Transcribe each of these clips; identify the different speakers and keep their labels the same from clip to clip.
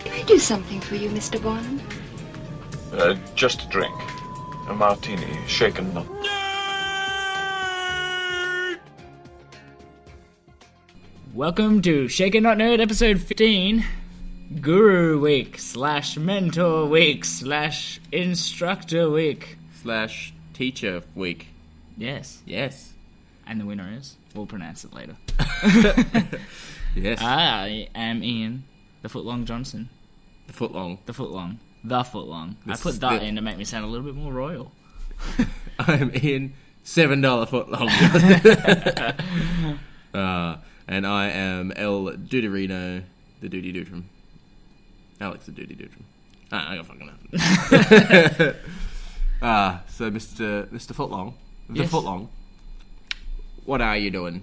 Speaker 1: Can I do something for you, Mr. Bond?
Speaker 2: Uh, just a drink. A martini, shaken, not.
Speaker 3: Welcome to Shaken Not Nerd episode 15 Guru Week slash Mentor Week slash Instructor Week.
Speaker 4: slash teacher week.
Speaker 3: Yes.
Speaker 4: Yes.
Speaker 3: And the winner is? We'll pronounce it later.
Speaker 4: Yes.
Speaker 3: Ah. I am Ian, the footlong Johnson.
Speaker 4: the footlong.
Speaker 3: The footlong. The footlong.
Speaker 4: This
Speaker 3: I put
Speaker 4: is
Speaker 3: that
Speaker 4: the-
Speaker 3: in to make me sound a little bit more royal.
Speaker 4: I'm in seven dollar footlong. uh, and I am El Duderino, the Duty Dutrum. Alex the Duty Dutrum. Ah, I got fucking nothing. Ah, so Mr. Mr. Footlong, the
Speaker 3: Yes.
Speaker 4: Footlong. What are you doing?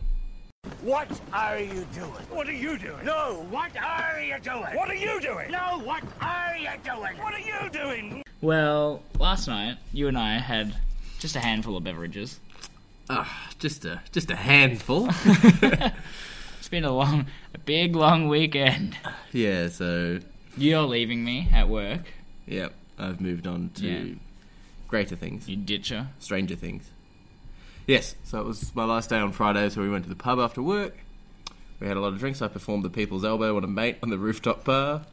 Speaker 5: What are you doing? What are you doing? No, what are you doing? What are you doing? No, what are you doing? What are you doing?
Speaker 3: Well, last night, you and I had just a handful of beverages.
Speaker 4: Ah, just a just a handful.
Speaker 3: It's been a long, a big long weekend.
Speaker 4: yeah. So
Speaker 3: You're leaving me at work,
Speaker 4: Yep, I've moved on to
Speaker 3: Yeah.
Speaker 4: greater things,
Speaker 3: you ditcher.
Speaker 4: stranger things. Yes, so it was my last day on Friday, so we went to the pub after work. We had a lot of drinks. I performed the People's Elbow on a mate on the rooftop bar.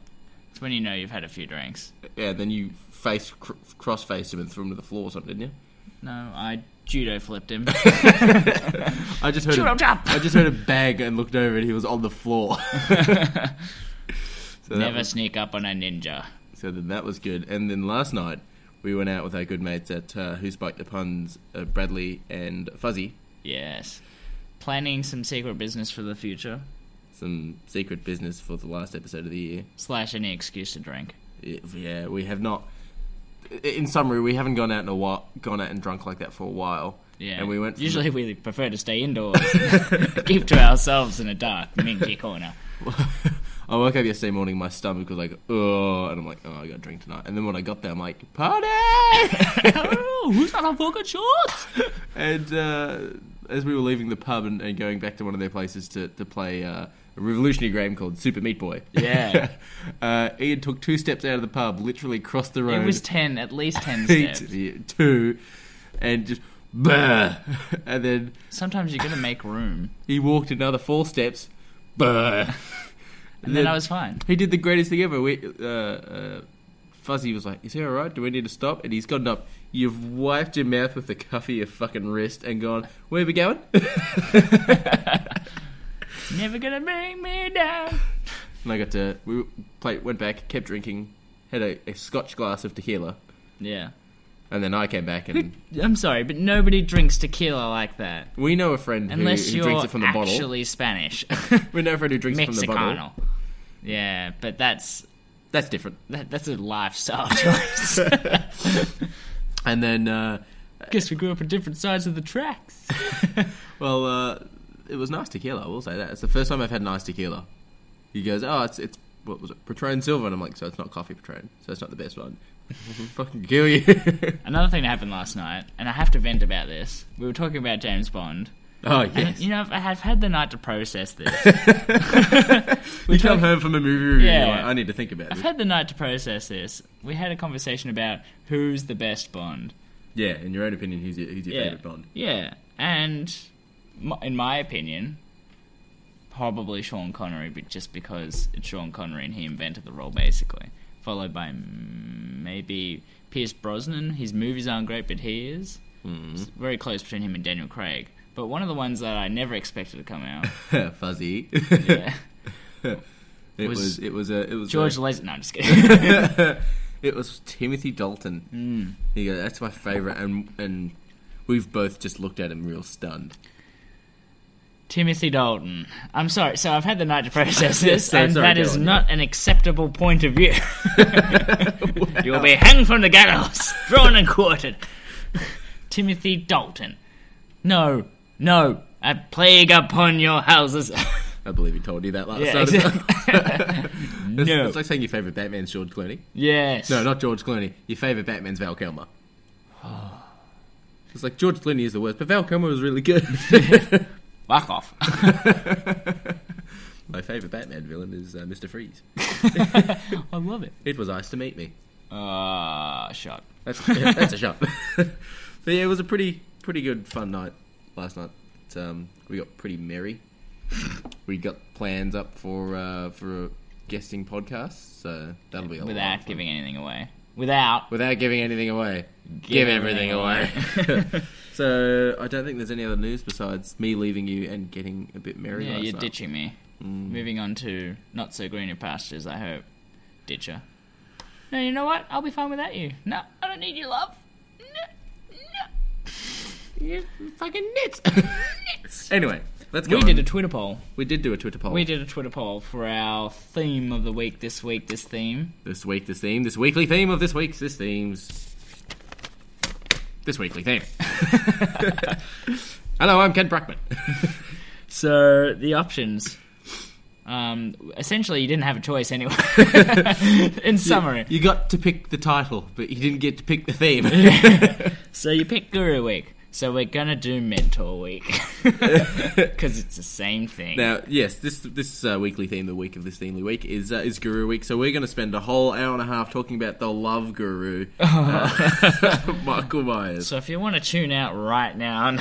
Speaker 3: It's when you know you've had a few drinks.
Speaker 4: Yeah, and then you face cr- cross faced him and threw him to the floor or something, didn't you?
Speaker 3: No, I judo flipped him.
Speaker 4: I just heard.
Speaker 3: Judo
Speaker 4: A,
Speaker 3: jump!
Speaker 4: I just heard a bang and looked over, and he was on the floor. so that
Speaker 3: Never
Speaker 4: was-
Speaker 3: sneak up on a ninja.
Speaker 4: So then that was good. And then last night, we went out with our good mates at uh, Who Spiked the Puns, uh, Bradley and Fuzzy.
Speaker 3: Yes. Planning some secret business for the future,
Speaker 4: some secret business for the last episode of the year.
Speaker 3: slash any excuse to drink.
Speaker 4: If- Yeah, we have not. i- In summary, we haven't gone out in a while, gone out and drunk like that for a while.
Speaker 3: Yeah.
Speaker 4: and we went. from
Speaker 3: Usually we prefer to stay indoors, keep to ourselves in a dark, minky corner.
Speaker 4: the- I woke up yesterday morning, my stomach was like, oh, and I'm like, oh, I got to drink tonight. And then when I got there, I'm like, party!
Speaker 3: oh, who's got a fucking shorts?
Speaker 4: and uh, as we were leaving the pub and, and going back to one of their places to to play uh, a revolutionary game called Super Meat Boy,
Speaker 3: Yeah.
Speaker 4: uh, Ian took two steps out of the pub, literally crossed the road.
Speaker 3: It was ten, at least ten
Speaker 4: eight,
Speaker 3: steps.
Speaker 4: yeah, two, and just bah. And then
Speaker 3: Sometimes you got to make room,
Speaker 4: he walked another four steps, bah.
Speaker 3: and then I was fine.
Speaker 4: He did the greatest thing ever. We, uh, uh, Fuzzy was like, "Is he all right? Do we need to stop?" And he's gotten up. You've wiped your mouth with the cuff of your fucking wrist and gone, "Where we going?"
Speaker 3: Never gonna bring me down.
Speaker 4: and I got to we play, went back, kept drinking, had a, a Scotch glass of tequila,
Speaker 3: Yeah.
Speaker 4: and then I came back and
Speaker 3: I'm sorry, but nobody drinks tequila like that.
Speaker 4: we know a friend who,
Speaker 3: Unless
Speaker 4: who
Speaker 3: you're
Speaker 4: drinks it from the bottle.
Speaker 3: actually Spanish.
Speaker 4: We know a friend who drinks it from the bottle.
Speaker 3: Mexicano. Yeah, but that's
Speaker 4: That's different.
Speaker 3: that, that's a lifestyle choice.
Speaker 4: And then. Uh,
Speaker 3: Guess we grew up on different sides of the tracks.
Speaker 4: Well, uh, it was nice tequila. I will say that it's the first time I've had nice tequila. He goes, "Oh, it's it's what was it? Patron Silver," and I'm like, "So it's not coffee Patron, so it's not the best one." Fucking kill you.
Speaker 3: Another thing that happened last night, and I have to vent about this. We were talking about James Bond.
Speaker 4: oh
Speaker 3: And,
Speaker 4: yes.
Speaker 3: You know, I've- I have had the night to process this.
Speaker 4: we come home from a movie review.
Speaker 3: Yeah.
Speaker 4: Yeah. Like, I need to think about
Speaker 3: I've
Speaker 4: this.
Speaker 3: had the night to process this. We had a conversation about who's the best Bond.
Speaker 4: Yeah, in your own opinion, who's your who's your favorite Bond?
Speaker 3: Yeah, and m- in my opinion, probably Sean Connery, but just because it's Sean Connery and he invented the role, basically. Followed by mm, maybe Pierce Brosnan. His movies aren't great, but he is.
Speaker 4: Mm-hmm.
Speaker 3: It's very close between him and Daniel Craig. But one of the ones that I never expected to come out
Speaker 4: Fuzzy.
Speaker 3: yeah.
Speaker 4: it was,
Speaker 3: was
Speaker 4: it was a it was
Speaker 3: George
Speaker 4: a-
Speaker 3: Lazenby. No, I'm just kidding.
Speaker 4: it was Timothy Dalton.
Speaker 3: Hmm.
Speaker 4: He goes, "That's my favorite," and and we've both just looked at him real stunned.
Speaker 3: Timothy Dalton. I'm sorry. So I've had the night to process this,
Speaker 4: Sorry,
Speaker 3: and
Speaker 4: sorry,
Speaker 3: that
Speaker 4: go
Speaker 3: is
Speaker 4: on.
Speaker 3: not an acceptable point of view. You'll be hanged from the gallows, drawn and quartered. Timothy Dalton. No, no, a plague upon your houses.
Speaker 4: I believe he told you that last
Speaker 3: Yeah,
Speaker 4: night.
Speaker 3: exactly.
Speaker 4: It's,
Speaker 3: No.
Speaker 4: it's like saying your favourite Batman's George Clooney.
Speaker 3: yes.
Speaker 4: No, not George Clooney. Your favourite Batman's Val Kilmer.
Speaker 3: Oh.
Speaker 4: It's like George Clooney is the worst, but Val Kilmer was really good.
Speaker 3: Fuck off.
Speaker 4: My favourite Batman villain is uh, Mr. Freeze.
Speaker 3: I love it.
Speaker 4: It was nice to meet me.
Speaker 3: Ah, shot.
Speaker 4: That's that's a shot. but yeah, it was a pretty pretty good fun night last night. Um, we got pretty merry. we got plans up for uh, for a guesting podcast, so that'll be a lot of
Speaker 3: Without
Speaker 4: fun.
Speaker 3: giving anything away. Without.
Speaker 4: without giving anything away. Give, everything away. so I don't think there's any other news besides me leaving you and getting a bit merry.
Speaker 3: Yeah,
Speaker 4: last
Speaker 3: you're
Speaker 4: night.
Speaker 3: ditching me.
Speaker 4: Mm.
Speaker 3: Moving on to not so greener pastures, I hope. Ditcher. No, you know what? I'll be fine without you. No, I don't need your love. No,
Speaker 4: You fucking nits.
Speaker 3: no.
Speaker 4: anyway, let's go.
Speaker 3: We
Speaker 4: on.
Speaker 3: did a Twitter poll.
Speaker 4: we did do a Twitter poll
Speaker 3: We did a Twitter poll for our theme of the week this week. This theme.
Speaker 4: this week. This theme, this weekly theme of this week's this themes. This weekly theme. Hello, I'm Ken Bruckman.
Speaker 3: So the options. Um, essentially, you didn't have a choice anyway. In summary,
Speaker 4: You got to pick the title, but you didn't get to pick the theme.
Speaker 3: so you pick Guru Week. So we're gonna do Mentor Week because it's the same thing.
Speaker 4: Now, yes, this this uh, weekly theme, the week of this themely week, is uh, is Guru Week. So we're going to spend a whole hour and a half talking about the love guru, uh, Michael Myers.
Speaker 3: So if you want to tune out right now,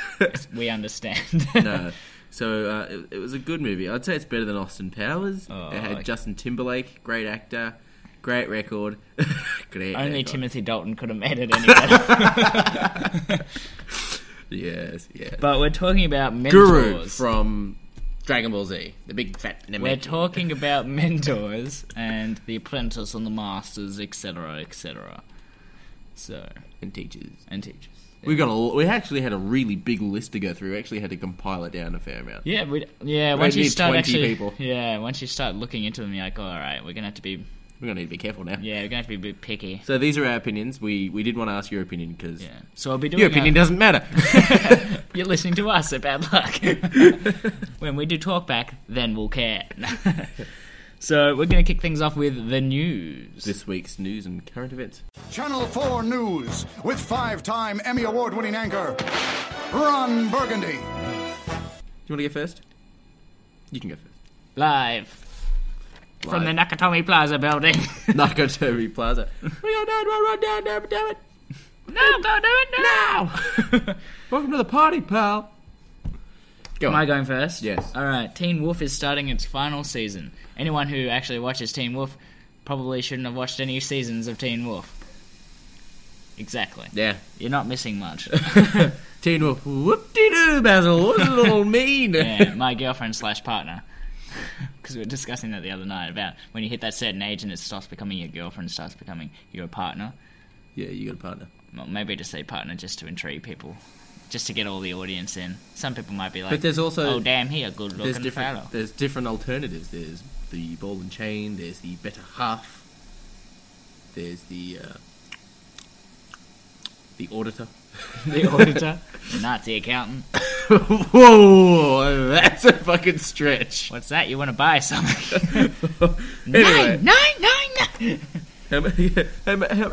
Speaker 3: we understand.
Speaker 4: No. So uh, it, it was a good movie. I'd say it's better than Austin Powers.
Speaker 3: Oh,
Speaker 4: it had
Speaker 3: like-
Speaker 4: Justin Timberlake, great actor, great record. great
Speaker 3: Only
Speaker 4: record.
Speaker 3: Timothy Dalton could have made it anyway.
Speaker 4: Yes, yes.
Speaker 3: but we're talking about
Speaker 4: guru
Speaker 3: mentors.
Speaker 4: from Dragon Ball Z, the big fat.
Speaker 3: we're talking about mentors and the apprentice and the masters, etc., etc. So
Speaker 4: and teachers.
Speaker 3: and teachers.
Speaker 4: We got a, l- we actually had a really big list to go through. We actually had to compile it down a fair amount.
Speaker 3: Yeah, we yeah. Once you
Speaker 4: need
Speaker 3: start
Speaker 4: 20
Speaker 3: actually,
Speaker 4: people.
Speaker 3: yeah, once you start looking into them, you're like, all right, we're gonna have to be,
Speaker 4: We're gonna need to be careful now.
Speaker 3: yeah, we're gonna have to be a bit picky.
Speaker 4: So these are our opinions. We we did want to ask your opinion because
Speaker 3: Yeah. So I'll be doing
Speaker 4: your opinion
Speaker 3: a-
Speaker 4: doesn't matter.
Speaker 3: You're listening to us, so bad luck. when we do talk back, then we'll care. so we're going to kick things off with the news.
Speaker 4: this week's news and current events.
Speaker 6: Channel 4 News with five time Emmy Award winning anchor, Ron
Speaker 4: Do
Speaker 6: Burgundy.
Speaker 4: you want to go first? You can go first.
Speaker 3: Live from the
Speaker 4: Live.
Speaker 3: Nakatomi Plaza building.
Speaker 4: Nakatomi Plaza. we are down, run, run down, damn it, damn it.
Speaker 3: no, go do it now!
Speaker 4: Welcome to the party, pal. Go
Speaker 3: Am
Speaker 4: on.
Speaker 3: I going first?
Speaker 4: Yes.
Speaker 3: All right. Teen Wolf is starting its final season. Anyone who actually watches Teen Wolf probably shouldn't have watched any seasons of Teen Wolf. Exactly.
Speaker 4: Yeah.
Speaker 3: You're not missing much.
Speaker 4: Teen Wolf. Whoop de doo, Basil. What does it all mean?
Speaker 3: yeah, my girlfriend slash partner. Because we were discussing that the other night about when you hit that certain age and it starts becoming your girlfriend, starts becoming your partner.
Speaker 4: Yeah, you got a partner.
Speaker 3: Well, maybe just say partner just to intrigue people, just to get all the audience in. Some people might be like,
Speaker 4: But there's also-
Speaker 3: oh damn, he a good
Speaker 4: There's
Speaker 3: looking
Speaker 4: different.
Speaker 3: fellow.
Speaker 4: There's different alternatives. There's the ball and chain. There's the better half. There's the uh, the auditor.
Speaker 3: The auditor, the Nazi accountant.
Speaker 4: Whoa, that's a fucking stretch.
Speaker 3: What's that? You want to buy something?
Speaker 4: anyway,
Speaker 3: Nine, nine, nine, nine.
Speaker 4: how, mu- how, mu- how,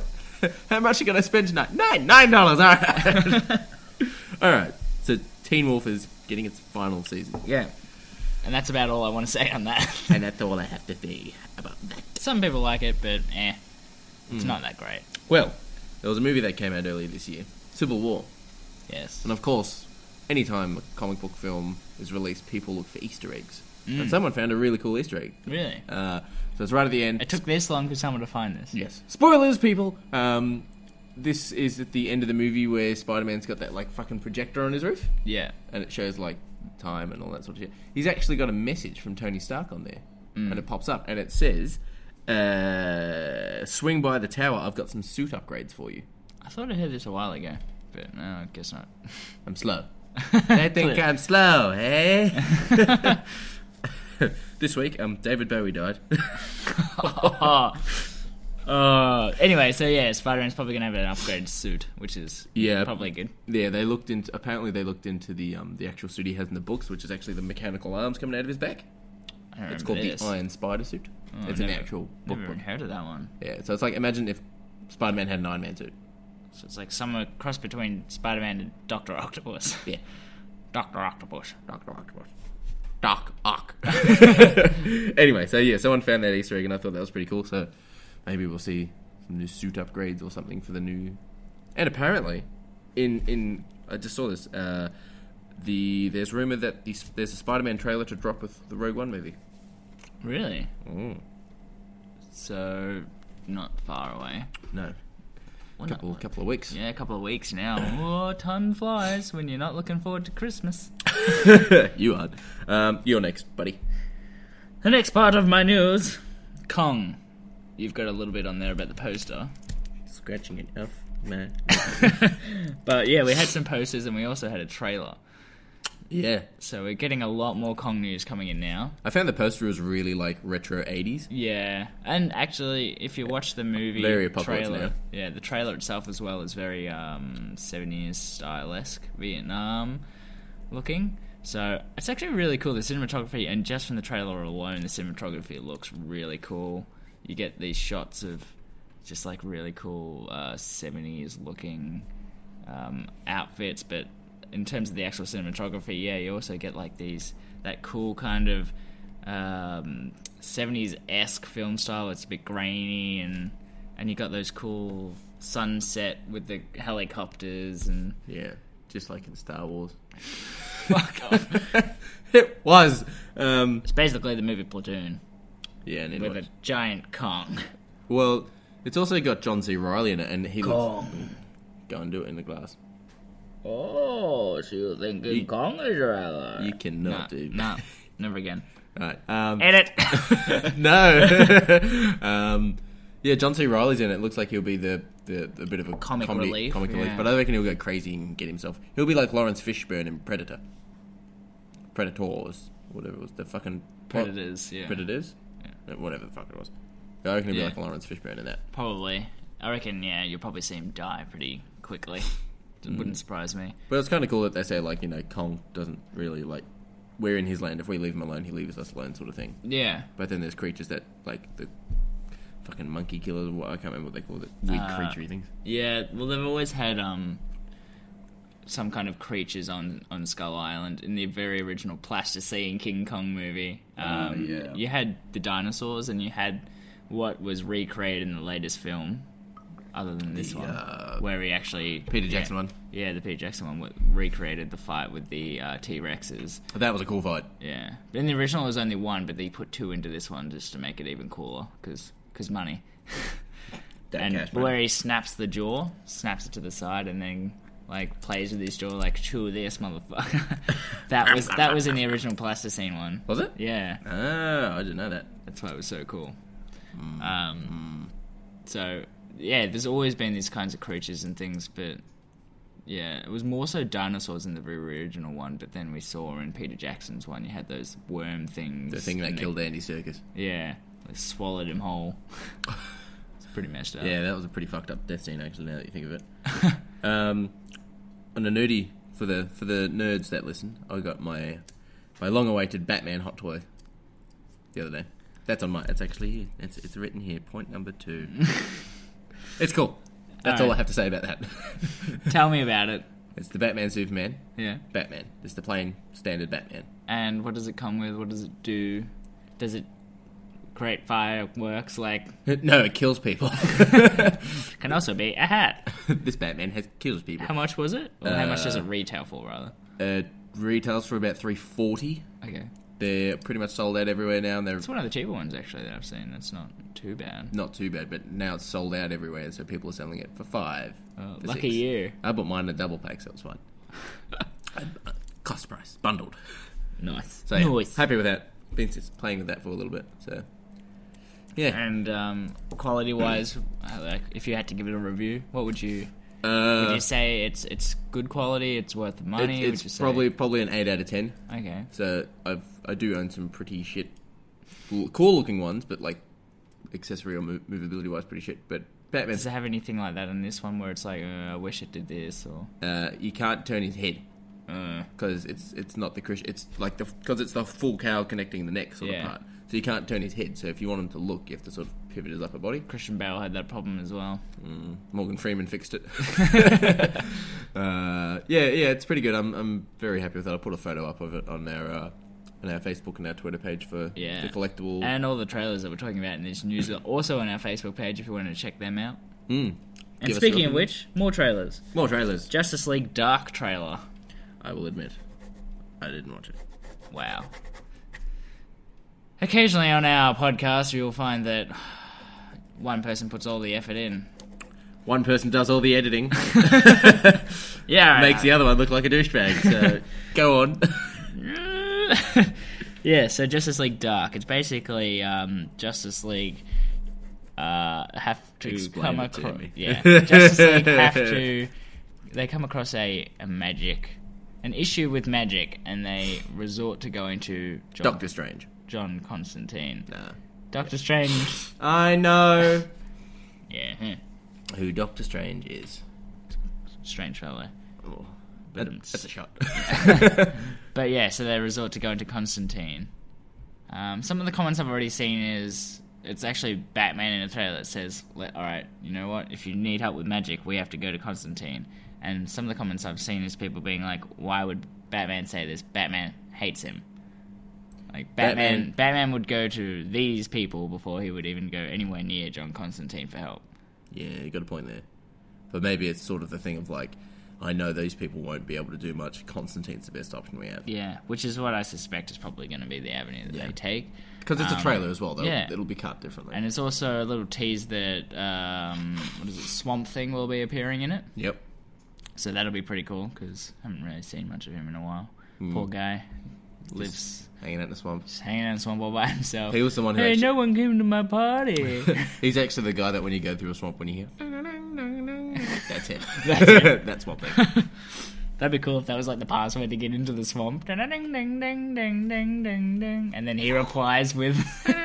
Speaker 4: how much are you gonna spend tonight? Nine, nine dollars. All right, all right. So Teen Wolf is getting its final season,
Speaker 3: Yeah. And that's about all I want to say on that.
Speaker 4: and that's all I have to say about that.
Speaker 3: Some people like it, but eh, it's
Speaker 4: Hmm.
Speaker 3: not that great.
Speaker 4: Well, there was a movie that came out earlier this year, Civil War.
Speaker 3: Yes.
Speaker 4: And of course, anytime a comic book film is released, people look for Easter eggs. And someone found a really cool Easter egg.
Speaker 3: Mm. Really.
Speaker 4: Uh, so it's right at the end.
Speaker 3: It took this long for someone to find this.
Speaker 4: yes. Spoilers, people! Um, this is at the end of the movie where Spider Man's got that like fucking projector on his roof,
Speaker 3: Yeah.
Speaker 4: and it shows like time and all that sort of shit. He's actually got a message from Tony Stark on there,
Speaker 3: Mm.
Speaker 4: and it pops up, and it says, uh, "Swing by the tower. I've got some suit upgrades for you."
Speaker 3: I thought I heard this a while ago, but no, I guess not.
Speaker 4: I'm slow. they think I'm slow, eh? this week, um, David Bowie died.
Speaker 3: oh. Uh, anyway, so yeah, Spider Man's probably gonna have an upgraded suit, which is
Speaker 4: Yeah.
Speaker 3: probably good.
Speaker 4: yeah, they looked into. Apparently, they looked into the um the actual suit he has in the books, which is actually the mechanical arms coming out of his back.
Speaker 3: I don't
Speaker 4: It's
Speaker 3: remember
Speaker 4: called
Speaker 3: this.
Speaker 4: the Iron Spider suit. it's in the
Speaker 3: never-
Speaker 4: actual book.
Speaker 3: Never even
Speaker 4: book.
Speaker 3: heard of that one.
Speaker 4: Yeah, so it's like imagine if Spider Man had an Iron Man suit.
Speaker 3: So it's like some cross between Spider Man and Doctor Octopus.
Speaker 4: Yeah,
Speaker 3: Doctor Octopus.
Speaker 4: Doctor Octopus. Doc Ock. anyway, so yeah, someone found that Easter egg, and I thought that was pretty cool. So maybe we'll see some new suit upgrades or something for the new. And apparently, in in I just saw this. Uh, the there's rumor that the, there's a Spider-Man trailer to drop with the Rogue One movie.
Speaker 3: Really? So not far away.
Speaker 4: No,
Speaker 3: Well,
Speaker 4: couple
Speaker 3: not-
Speaker 4: couple of weeks.
Speaker 3: yeah, a couple of weeks now. Oh, time flies when you're not looking forward to Christmas.
Speaker 4: you are. Um, you're next, buddy.
Speaker 3: The next part of my news, Kong. You've got a little bit on there about the poster.
Speaker 4: Scratching it off, man.
Speaker 3: But yeah, we had some posters and we also had a trailer.
Speaker 4: Yeah,
Speaker 3: So we're getting a lot more Kong news coming in now.
Speaker 4: I found the poster was really like retro '80s.
Speaker 3: Yeah, and actually, if you watch the movie
Speaker 4: Very apocalypse
Speaker 3: trailer,
Speaker 4: now.
Speaker 3: yeah, the trailer itself as well is very um, 70s style esque Vietnam looking. So it's actually really cool. The cinematography, and just from the trailer alone, the cinematography looks really cool. You get these shots of just like really cool uh, 70s looking um, outfits, but in terms of the actual cinematography, yeah, you also get like these that cool kind of um, 70s esque film style. It's a bit grainy, and and you got those cool sunset with the helicopters and
Speaker 4: Yeah, just like in Star Wars.
Speaker 3: fuck off.
Speaker 4: it was. Um,
Speaker 3: It's basically the movie Platoon
Speaker 4: yeah, and it
Speaker 3: with
Speaker 4: was.
Speaker 3: a giant Kong.
Speaker 4: Well, it's also got John C. Riley in it, and he looks. Go and do it in the glass.
Speaker 3: Oh, so you think
Speaker 4: You-
Speaker 3: Kong is your ally?
Speaker 4: You cannot do.
Speaker 3: No, never again.
Speaker 4: Right. Um,
Speaker 3: Edit.
Speaker 4: no. um, yeah, John C. Riley's in it. Looks like he'll be the, the a bit of a
Speaker 3: Comic
Speaker 4: comedy,
Speaker 3: relief,
Speaker 4: Comic relief,
Speaker 3: yeah.
Speaker 4: but I reckon he'll go crazy and get himself. He'll be like Lawrence Fishburne in Predator. Predators, whatever it was, the fucking
Speaker 3: Predators. Yeah.
Speaker 4: Predators, Uh, whatever the fuck it was. I reckon he'll
Speaker 3: Yeah.
Speaker 4: be like Lawrence Fishburne in that.
Speaker 3: Probably. I reckon, yeah, you'll probably see him die pretty quickly. Wouldn't surprise me.
Speaker 4: But it's kind of cool that they say like you know Kong doesn't really like we're in his land. If we leave him alone, he leaves us alone, sort of thing.
Speaker 3: Yeah.
Speaker 4: But then there's creatures that like the fucking monkey killers. What I can't remember what they call it. Weird
Speaker 3: Uh,
Speaker 4: creaturey things.
Speaker 3: Yeah, well, they've always had um, some kind of creatures on, on Skull Island in the very original Plasticine King Kong movie. Um,
Speaker 4: Uh, yeah.
Speaker 3: You had the dinosaurs and you had what was recreated in the latest film, other than this one,
Speaker 4: uh,
Speaker 3: where he actually.
Speaker 4: Peter
Speaker 3: yeah.
Speaker 4: Jackson one.
Speaker 3: Yeah, the Peter Jackson one w- recreated the fight with the uh, T Rexes.
Speaker 4: But that was a cool fight.
Speaker 3: Yeah. In the original, it was only one, but they put two into this one just to make it even cooler, because money.
Speaker 4: That
Speaker 3: and
Speaker 4: cash, man.
Speaker 3: where he snaps the jaw, snaps it to the side, and then like plays with his jaw like chew this motherfucker. that was that was in the original plasticine one.
Speaker 4: Was it?
Speaker 3: Yeah,
Speaker 4: Oh, I didn't know that.
Speaker 3: that's why it was so cool. Um, so yeah, there's always been these kinds of creatures and things, but. Yeah, it was more so dinosaurs in the very original one, but then we saw in Peter Jackson's one, you had those worm things.
Speaker 4: The thing that
Speaker 3: and they-
Speaker 4: killed Andy Circus.
Speaker 3: yeah, they swallowed him whole. it's pretty messed up.
Speaker 4: Yeah, that was a pretty fucked up death scene actually. Now that you think of it. um, on a nerdy for the for the nerds that listen, I got my my long awaited Batman hot toy the other day. That's on my. It's actually here. It's it's written here. Point number two. it's cool. That's all
Speaker 3: Alright.
Speaker 4: I have to say about that.
Speaker 3: Tell me about it.
Speaker 4: it's the Batman Superman.
Speaker 3: Yeah.
Speaker 4: Batman. It's the plain standard Batman.
Speaker 3: And what does it come with? What does it do? Does it create fireworks? Like,
Speaker 4: no, it kills people.
Speaker 3: can also be a hat.
Speaker 4: this Batman has kills people.
Speaker 3: How much was it? Or how much does it retail for, rather?
Speaker 4: Uh, retails for about three forty.
Speaker 3: Okay.
Speaker 4: They're pretty much sold out everywhere now, and they're
Speaker 3: It's one of the cheaper ones, actually, that I've seen. That's not too bad.
Speaker 4: not too bad. But now it's sold out everywhere, so people are selling it for five.
Speaker 3: Oh,
Speaker 4: for
Speaker 3: lucky
Speaker 4: six.
Speaker 3: you.
Speaker 4: I bought mine in a double pack, so it was fine. Uh, Cost price, bundled.
Speaker 3: Nice.
Speaker 4: So yeah,
Speaker 3: Nice.
Speaker 4: happy with that. Been s- playing with that for a little bit, so yeah.
Speaker 3: And um, quality wise, like, if you had to give it a review, what would you. Would
Speaker 4: Uh,
Speaker 3: you say it's it's good quality? It's worth the
Speaker 4: it-
Speaker 3: money? would you
Speaker 4: it's
Speaker 3: say-
Speaker 4: probably probably an eight out of ten.
Speaker 3: okay.
Speaker 4: So I've I do own some pretty shit, cool looking ones, but like accessory or mo- movability wise, pretty shit. But Batman,
Speaker 3: Does it have anything like that in this one where it's like, uh, I wish it did this or
Speaker 4: uh, you can't turn his head
Speaker 3: Uh.
Speaker 4: because it's it's not the Christian. It's like the because it's the full cow connecting the neck sort
Speaker 3: Yeah.
Speaker 4: of part. So you can't turn his head. So if you want him to look, you have to sort of pivot his upper body.
Speaker 3: Christian Bale had that problem as well?
Speaker 4: Morgan Freeman fixed it. uh, yeah, yeah, it's pretty good. I'm I'm very happy with that. I'll put a photo up of it on our uh, and our Facebook and our Twitter page for
Speaker 3: Yeah.
Speaker 4: the collectible.
Speaker 3: and all the trailers that we're talking about in this news are also on our Facebook page if you want to check them out. And
Speaker 4: Hmm. Give us
Speaker 3: speaking
Speaker 4: your
Speaker 3: of which, more trailers.
Speaker 4: more trailers.
Speaker 3: Justice League Dark trailer.
Speaker 4: I will admit, I didn't watch it.
Speaker 3: Wow. Occasionally on our podcast, you'll find that one person puts all the effort in.
Speaker 4: One person does all the editing,
Speaker 3: Yeah.
Speaker 4: makes the other one look like a douchebag. So go on.
Speaker 3: yeah, so Justice League Dark. It's basically um, Justice League uh, have to
Speaker 4: Explain
Speaker 3: come
Speaker 4: it to
Speaker 3: across.
Speaker 4: me.
Speaker 3: Yeah, Justice League have to. They come across a, a magic, an issue with magic, and they resort to going to John,
Speaker 4: Doctor Strange.
Speaker 3: John Constantine.
Speaker 4: Nah.
Speaker 3: Doctor Strange.
Speaker 4: I know
Speaker 3: yeah, eh, huh.
Speaker 4: who Doctor Strange is.
Speaker 3: strange fellow.
Speaker 4: Oh, that- that's a shot.
Speaker 3: But yeah, so they resort to going to Constantine. Um, some of the comments I've already seen is it's actually Batman in a trailer that says, "Let all right, you know what? If you need help with magic, we have to go to Constantine." And some of the comments I've seen is people being like, "Why would Batman say this? Batman hates him." Like Batman, Batman,
Speaker 4: Batman-
Speaker 3: would go to these people before he would even go anywhere near John Constantine for help.
Speaker 4: Yeah, you got a point there. But maybe it's sort of the thing of like, I know these people won't be able to do much. Constantine's the best option we have.
Speaker 3: Yeah, which is what I suspect is probably going to be the avenue that
Speaker 4: Yeah.
Speaker 3: they take.
Speaker 4: Because it's a trailer as well, though.
Speaker 3: Um, yeah.
Speaker 4: It'll be cut differently.
Speaker 3: And it's also a little tease that um, what is it? Swamp Thing will be appearing in it,
Speaker 4: yep.
Speaker 3: so that'll be pretty cool because I haven't really seen much of him in a while.
Speaker 4: Mm.
Speaker 3: Poor guy lives
Speaker 4: Hanging out in the swamp.
Speaker 3: just hanging out in Swamp all by himself.
Speaker 4: He was the one who
Speaker 3: Hey,
Speaker 4: actually-
Speaker 3: no one came to my party.
Speaker 4: He's actually the guy that when you go through a swamp, when you hear. That's it.
Speaker 3: That's it.
Speaker 4: That's Swamp Thing.
Speaker 3: That'd be cool if that was like the password to get into the swamp. Ding ding ding ding ding ding ding ding, and then he replies with,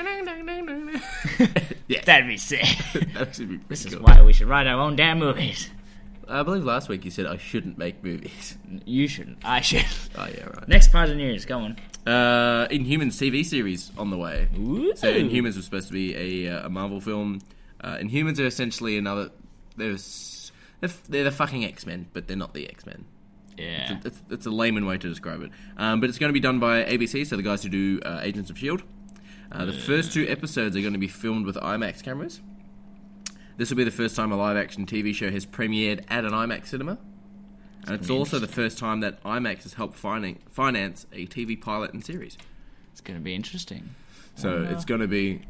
Speaker 4: yeah.
Speaker 3: "That'd be sick."
Speaker 4: That'd actually be pretty
Speaker 3: this is
Speaker 4: cool.
Speaker 3: why we should write our own damn movies.
Speaker 4: I believe last week you said I shouldn't make movies.
Speaker 3: You shouldn't. I should.
Speaker 4: Oh, yeah, right.
Speaker 3: Next part of the news. Go on.
Speaker 4: Uh, Inhumans TV series on the way.
Speaker 3: Ooh.
Speaker 4: So Inhumans was supposed to be a, uh, a Marvel film. Uh, Inhumans are essentially another. They're s- they're, f- they're the fucking X Men, but they're not the X Men.
Speaker 3: Yeah.
Speaker 4: It's, it's, it's a layman way to describe it. Um, but it's going to be done by ABC, so the guys who do uh, Agents of Shield. Uh, the first two episodes are going to be filmed with IMAX cameras. This will be the first time a live action TV show has premiered at an IMAX cinema. And it's also the first time that IMAX has helped finan- finance a TV pilot and series.
Speaker 3: It's going to be interesting. Oh,
Speaker 4: So it's going to be.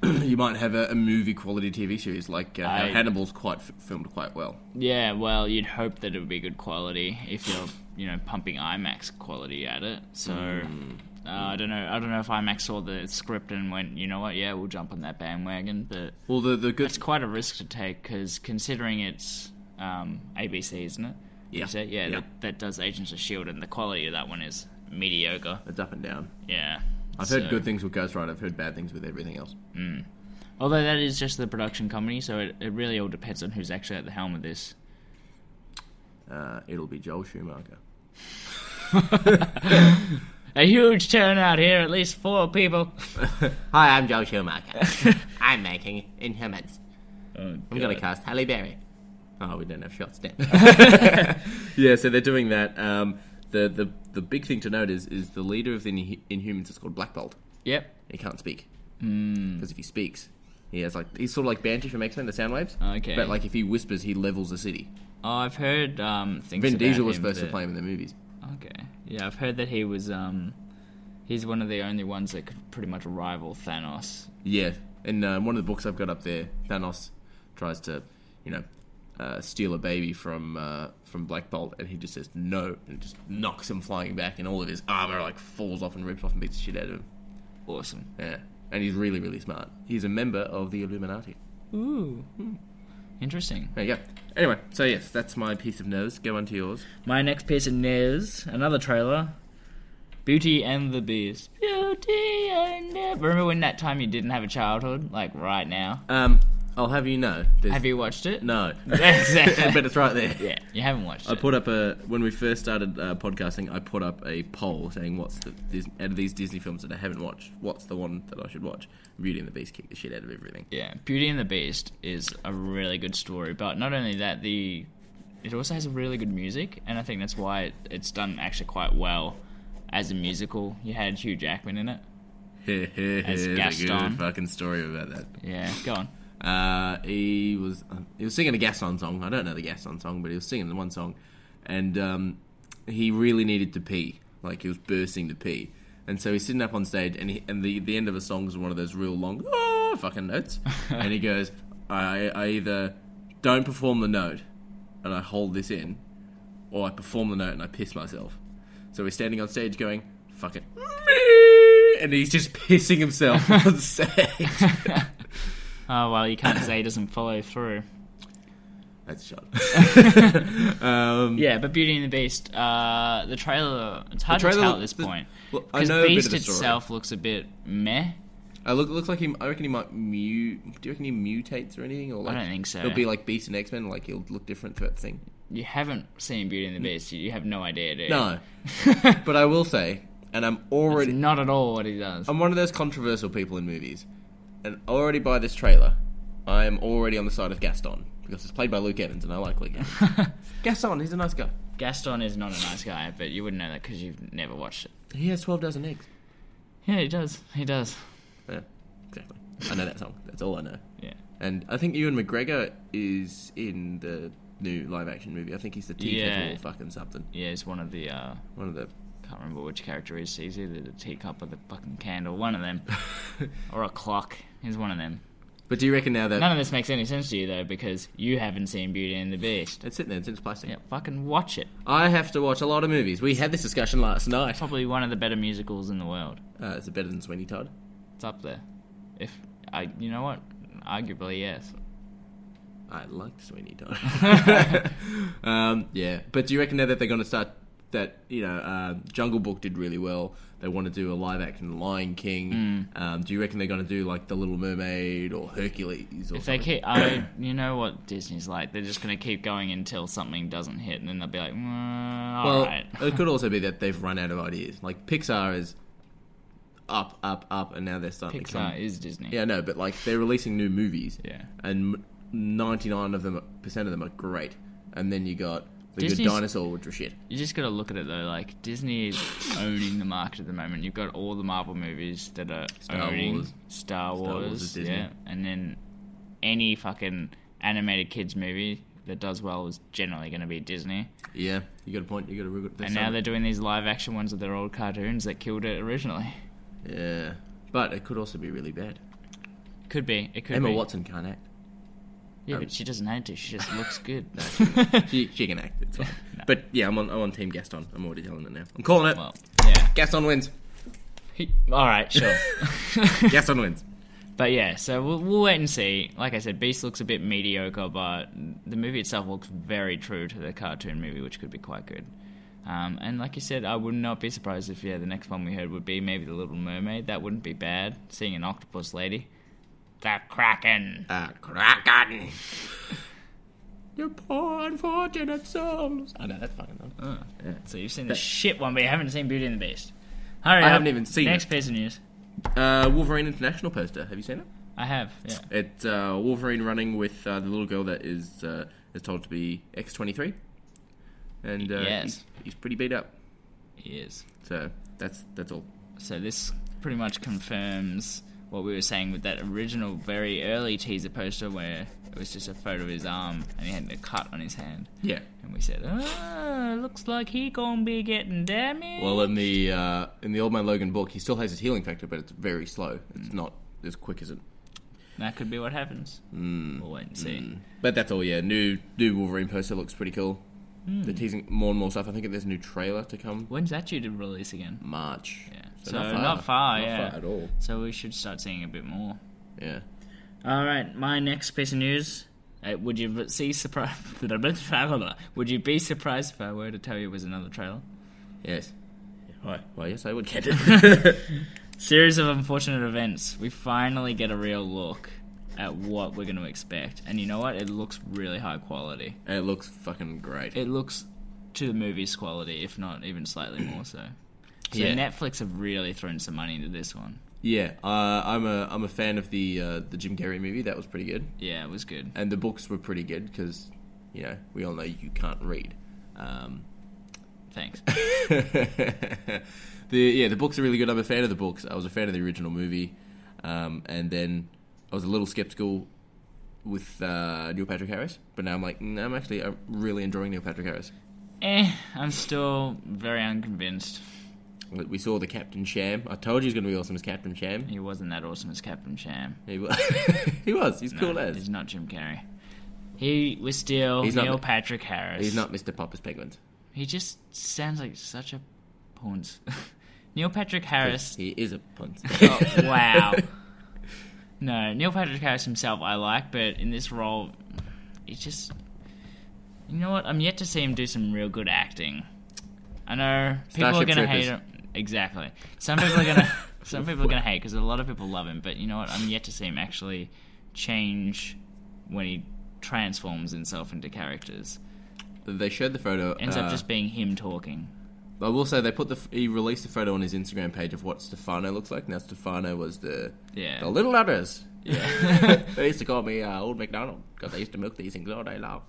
Speaker 4: you might have a, a movie quality TV series like uh, how
Speaker 3: I-
Speaker 4: Hannibal's quite f- filmed quite well.
Speaker 3: Yeah, well, you'd hope that it would be good quality if you're, you know, pumping IMAX quality at it. So
Speaker 4: Hmm.
Speaker 3: uh, I don't know. I don't know if IMAX saw the script and went, you know what? Yeah, we'll jump on that bandwagon. But
Speaker 4: Well, the the good
Speaker 3: it's quite a risk to take because considering it's um, ABC, isn't it?
Speaker 4: Yeah.
Speaker 3: You say? yeah.
Speaker 4: Yeah.
Speaker 3: That, that does Agents of Shield, E and the quality of that one is mediocre.
Speaker 4: it's up and down.
Speaker 3: Yeah.
Speaker 4: I've
Speaker 3: So-
Speaker 4: heard good things with Ghost Rider. I've heard bad things with everything else.
Speaker 3: Although that is just the production company, so it, it really all depends on who's actually at the helm of this.
Speaker 4: Uh, it'll be Joel Schumacher.
Speaker 3: A huge turnout here, at least four people.
Speaker 7: Hi, I'm Joe Schumacher. I'm making Inhumans.
Speaker 3: Oh,
Speaker 7: I'm gonna cast Halle Berry.
Speaker 4: Oh, we don't have shots now. yeah, so they're doing that. Um, the, the the big thing to note is is the leader of the Inhu- Inhumans is called Black Bolt.
Speaker 3: Yep.
Speaker 4: He can't speak
Speaker 3: Hmm.
Speaker 4: because if he speaks, he has like he's sort of like Banshee from X Men, the sound waves.
Speaker 3: Okay.
Speaker 4: But like if he whispers, he levels a city.
Speaker 3: Oh, I've heard um, things.
Speaker 4: Vin
Speaker 3: about
Speaker 4: Diesel was
Speaker 3: him
Speaker 4: supposed
Speaker 3: that-
Speaker 4: to play him in the movies.
Speaker 3: Okay. Yeah, I've heard that he was. Um, he's one of the only ones that could pretty much rival Thanos.
Speaker 4: Yeah, and uh, one of the books I've got up there, Thanos tries to, you know, uh, steal a baby from uh, from Black Bolt, and he just says no, and just knocks him flying back, and all of his armor like falls off and rips off and beats the shit out of him.
Speaker 3: Awesome.
Speaker 4: Yeah, and he's really really smart. He's a member of the Illuminati.
Speaker 3: Ooh. Interesting.
Speaker 4: There you go. Anyway, so yes, that's my piece of news. Go on to yours.
Speaker 3: My next piece of news, another trailer. Beauty and the Beast. Beauty and the Remember when that time you didn't have a childhood? Like right now.
Speaker 4: Um, I'll have you know. There's...
Speaker 3: Have you watched it?
Speaker 4: No.
Speaker 3: Exactly.
Speaker 4: but it's right there.
Speaker 3: Yeah, you haven't watched
Speaker 4: I
Speaker 3: it.
Speaker 4: put up a when we first started uh, podcasting. I put up a poll saying, "What's the this, out of these Disney films that I haven't watched? What's the one that I should watch?" Beauty and the Beast kicked the shit out of everything.
Speaker 3: Yeah, Beauty and the Beast is a really good story, but not only that, the it also has really good music, and I think that's why it, it's done actually quite well as a musical. You had Hugh Jackman in it.
Speaker 4: Here's a
Speaker 3: Gaston.
Speaker 4: good fucking story about that.
Speaker 3: Yeah, go on.
Speaker 4: Uh, he was uh, he was singing a Gaston song. I don't know the Gaston song, but he was singing the one song, and um, he really needed to pee. Like he was bursting to pee, and so he's sitting up on stage, and he, and the the end of the song is one of those real long "Ah," fucking notes, and he goes, I I either don't perform the note, and I hold this in, or I perform the note and I piss myself. So he's standing on stage going, fucking. And he's just pissing himself on stage. Uh,
Speaker 3: Oh well, you can't say he doesn't follow through.
Speaker 4: That's a shot.
Speaker 3: Yeah, but Beauty and the Beast, uh, the trailer, it's hard to
Speaker 4: trailer
Speaker 3: tell
Speaker 4: look-
Speaker 3: at this
Speaker 4: the-
Speaker 3: point.
Speaker 4: well, I
Speaker 3: Because
Speaker 4: know a bit
Speaker 3: Beast
Speaker 4: of the story.
Speaker 3: itself looks a bit meh.
Speaker 4: I Uh, look looks like he. I reckon he might mute. Do you reckon he mutates or anything? Or like,
Speaker 3: don't think so.
Speaker 4: He'll be like Beast and X Men. Like he'll look different throughout the thing.
Speaker 3: You haven't seen Beauty and the Beast, you have no idea, do you?
Speaker 4: Mm. No, but I will say, and I'm
Speaker 3: It's
Speaker 4: already.
Speaker 3: not at all what he does.
Speaker 4: I'm one of those controversial people in movies, and already by this trailer, I am already on the side of Gaston because it's played by Luke Evans, and I like Luke Evans. Gaston, he's a nice guy.
Speaker 3: Gaston is not a nice guy, but you wouldn't know that because you've never watched it.
Speaker 4: He has twelve dozen eggs.
Speaker 3: Yeah, he does. He does.
Speaker 4: Yeah, exactly. I know that song. That's all I know.
Speaker 3: Yeah.
Speaker 4: And I think Ewan McGregor is in the new live action movie. I think he's the tea
Speaker 3: Yeah.
Speaker 4: kettle or fucking something.
Speaker 3: Yeah, it's one of the, uh,
Speaker 4: One of the
Speaker 3: can't remember which character he is. He's either the teacup or the fucking candle. One of them. or a clock. He's one of them.
Speaker 4: But do you reckon now that
Speaker 3: None of this makes any sense to you, though, because you haven't seen Beauty and the Beast.
Speaker 4: it's sitting there, it's in its plastic?
Speaker 3: Yeah, fucking watch it.
Speaker 4: I have to watch a lot of movies. We had this discussion last night.
Speaker 3: Probably one of the better musicals in the world.
Speaker 4: Uh, is it better than Sweeney Todd?
Speaker 3: It's up there. If I, you know what? Arguably, yes.
Speaker 4: I liked Sweeney Todd. um, yeah, but do you reckon now that they're going to start that you know uh, Jungle Book did really well? They want to do a live action Lion King.
Speaker 3: Hmm.
Speaker 4: Um, do you reckon they're going to do like The Little Mermaid or Hercules? Or
Speaker 3: If they
Speaker 4: something?
Speaker 3: keep, I, you know what Disney's like. They're just gonna keep going until something doesn't hit, and then they'll be like, mm, all
Speaker 4: Well,
Speaker 3: right."
Speaker 4: it could also be that they've run out of ideas. Like Pixar is up, up, up, and now they're starting to come.
Speaker 3: Pixar is Disney.
Speaker 4: Yeah, no, but like they're releasing new movies.
Speaker 3: Yeah.
Speaker 4: and ninety nine of them percent of them are great. And then you got the
Speaker 3: Disney's-
Speaker 4: good dinosaur, which was shit.
Speaker 3: You just gotta look at it though. Like Disney is owning the market at the moment. You've got all the Marvel movies that are
Speaker 4: Star
Speaker 3: owning
Speaker 4: Wars.
Speaker 3: Star Wars,
Speaker 4: Wars is Disney.
Speaker 3: yeah, and then any fucking animated kids movie that does well is generally gonna be Disney.
Speaker 4: Yeah, you got a point. You got a real good.
Speaker 3: And now they're doing these live action ones of their old cartoons that killed it originally.
Speaker 4: yeah, but it could also be really bad.
Speaker 3: Could be. It could
Speaker 4: Emma
Speaker 3: be.
Speaker 4: Watson can't act.
Speaker 3: Yeah, but she doesn't need to. She just looks good.
Speaker 4: She, she can act. It's fine. But yeah, I'm on. I'm on Team Gaston. I'm already telling it now. I'm calling it.
Speaker 3: well, yeah.
Speaker 4: Gaston wins.
Speaker 3: He- All right, sure.
Speaker 4: Gaston wins.
Speaker 3: but yeah, so we'll, we'll wait and see. Like I said, Beast looks a bit mediocre, but the movie itself looks very true to the cartoon movie, which could be quite good. Um, and like you said, I would not be surprised if yeah, the next one we heard would be maybe the Little Mermaid. That wouldn't be bad. Seeing an octopus lady, the Kraken.
Speaker 4: Uh, Kraken. Your poor unfortunate souls. I know that's fucking dumb.
Speaker 3: Ah. So you've seen the shit one, but you haven't seen Beauty and the Beast. Hurry
Speaker 4: I
Speaker 3: up.
Speaker 4: haven't even seen
Speaker 3: Next
Speaker 4: it.
Speaker 3: piece of news.
Speaker 4: Uh, Wolverine International poster. Have you seen it?
Speaker 3: I have. Yeah.
Speaker 4: It's uh, Wolverine running with uh, the little girl that is uh, is told to be X twenty three, and uh,
Speaker 3: Yes.
Speaker 4: he's, he's pretty beat up.
Speaker 3: He is.
Speaker 4: So that's that's all.
Speaker 3: So this pretty much confirms what we were saying with that original, very early teaser poster where it was just a photo of his arm and he had a cut on his hand.
Speaker 4: Yeah.
Speaker 3: And we said, ah, looks like he gonna be getting damaged.
Speaker 4: Well, in the uh, in the Old Man Logan book, he still has his healing factor, but it's very slow. It's not as quick as it.
Speaker 3: that could be what happens. Mm. We'll wait and see.
Speaker 4: But that's all. Yeah, new new Wolverine poster looks pretty cool.
Speaker 3: Hmm.
Speaker 4: They're teasing more and more stuff. I think there's a new trailer to come
Speaker 3: When's that due to release again?
Speaker 4: March.
Speaker 3: Yeah. So, not far, yeah.
Speaker 4: far at all.
Speaker 3: So we should start seeing a bit more.
Speaker 4: Yeah.
Speaker 3: All right, my next piece of news. Uh, would you see surprise? would you be surprised if I were to tell you it was another trailer?
Speaker 4: Yes. Why? Well, yes, I would get
Speaker 3: Series of unfortunate events. We finally get a real look at what we're going to expect, and you know what? It looks really high quality.
Speaker 4: It looks fucking great.
Speaker 3: It looks to the movies quality, if not even slightly more so. So
Speaker 4: Yeah.
Speaker 3: Netflix have really thrown some money into this one.
Speaker 4: Yeah, uh, I'm a I'm a fan of the uh, the Jim Carrey movie. That was pretty good,
Speaker 3: Yeah, it was good.
Speaker 4: and the books were pretty good because you know we all know you can't read. Um,
Speaker 3: Thanks.
Speaker 4: the yeah, the books are really good. I'm a fan of the books. I was a fan of the original movie, um, and then I was a little skeptical with uh, Neil Patrick Harris, but now I'm like, no, I'm actually I'm really enjoying Neil Patrick Harris.
Speaker 3: eh, I'm still very unconvinced.
Speaker 4: We we saw the Captain Sham. I told you he's going to be awesome as Captain Sham.
Speaker 3: He wasn't that awesome as Captain Sham.
Speaker 4: He was. he was. He's cool as.
Speaker 3: He's not Jim Carrey. He was still
Speaker 4: He's not
Speaker 3: Neil
Speaker 4: the-
Speaker 3: Patrick Harris.
Speaker 4: He's not Mr. Popper's Penguins.
Speaker 3: He just sounds like such a punt. Neil Patrick Harris.
Speaker 4: He is a punt.
Speaker 3: oh, wow. No, Neil Patrick Harris himself I like, but in this role, he just. You know what? I'm yet to see him do some real good acting. I know people are
Speaker 4: Starship
Speaker 3: going to hate him.
Speaker 4: Troopers.
Speaker 3: Exactly. Some people are going to. Some people are going to hate because a lot of people love him, but you know what? I'm yet to see him actually change when he transforms himself into characters.
Speaker 4: they showed the photo.
Speaker 3: Ends
Speaker 4: uh,
Speaker 3: up just being him talking.
Speaker 4: I will say they put the he released a photo on his Instagram page of what Stefano looks like. Now Stefano was the
Speaker 3: Yeah.
Speaker 4: the little udders. Yeah, they used to call me uh, Old McDonald because I used to milk these things all day long.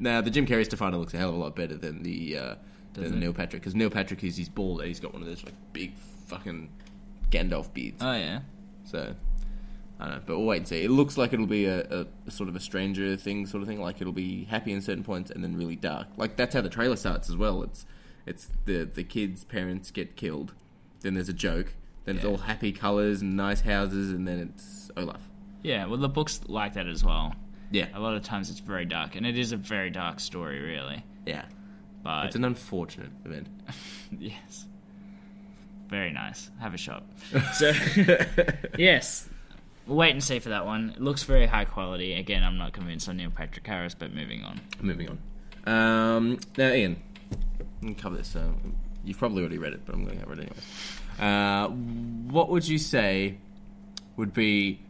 Speaker 4: Now the Jim Carrey Stefano looks a hell of a lot better than the uh, than
Speaker 3: Doesn't
Speaker 4: the
Speaker 3: it?
Speaker 4: Neil Patrick because Neil Patrick is he's bald and he's got one of those like big fucking Gandalf beards.
Speaker 3: Oh yeah.
Speaker 4: so I don't know, but we'll wait and see. It looks like it'll be a, a, a sort of a Stranger thing sort of thing. Like it'll be happy in certain points and then really dark. Like that's how the trailer starts as well. It's it's the the kids' parents get killed, then there's a joke, then it's
Speaker 3: Yeah.
Speaker 4: all happy colours and nice houses, and then it's Olaf.
Speaker 3: Yeah. Well, the book's like that as well.
Speaker 4: Yeah,
Speaker 3: a lot of times it's very dark, and it is a very dark story, really.
Speaker 4: yeah.
Speaker 3: But
Speaker 4: It's an unfortunate event.
Speaker 3: yes, very nice. Have a shot. So yes, we'll wait and see for that one. It looks very high quality. Again, I'm not convinced on Neil Patrick Harris, but moving on.
Speaker 4: Moving on. Um, now, Ian, I'm gonna cover this. Uh, you've probably already read it, but I'm going to cover it anyway. Uh, what would you say would be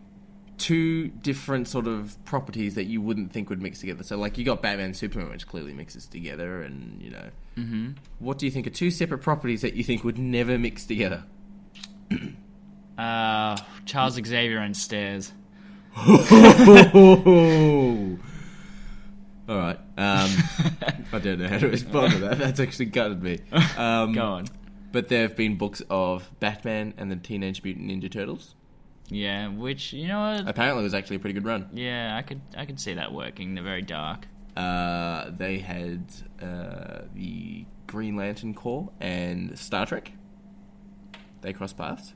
Speaker 4: two different sort of properties that you wouldn't think would mix together? So, like, you got Batman, and Superman, which clearly mixes together, and you know, mm-hmm. what do you think are two separate properties that you think would never mix together?
Speaker 3: Uh, Charles Xavier and stairs.
Speaker 4: All right. Um, I don't know how to respond to that. That's actually gutted me. Um,
Speaker 3: Go on.
Speaker 4: But there have been books of Batman and the Teenage Mutant Ninja Turtles.
Speaker 3: Yeah, which you know, what?
Speaker 4: Apparently, it was actually a pretty good run.
Speaker 3: yeah, I could I could see that working. They're very dark.
Speaker 4: Uh, they had uh, the Green Lantern Corps and Star Trek. They crossed paths.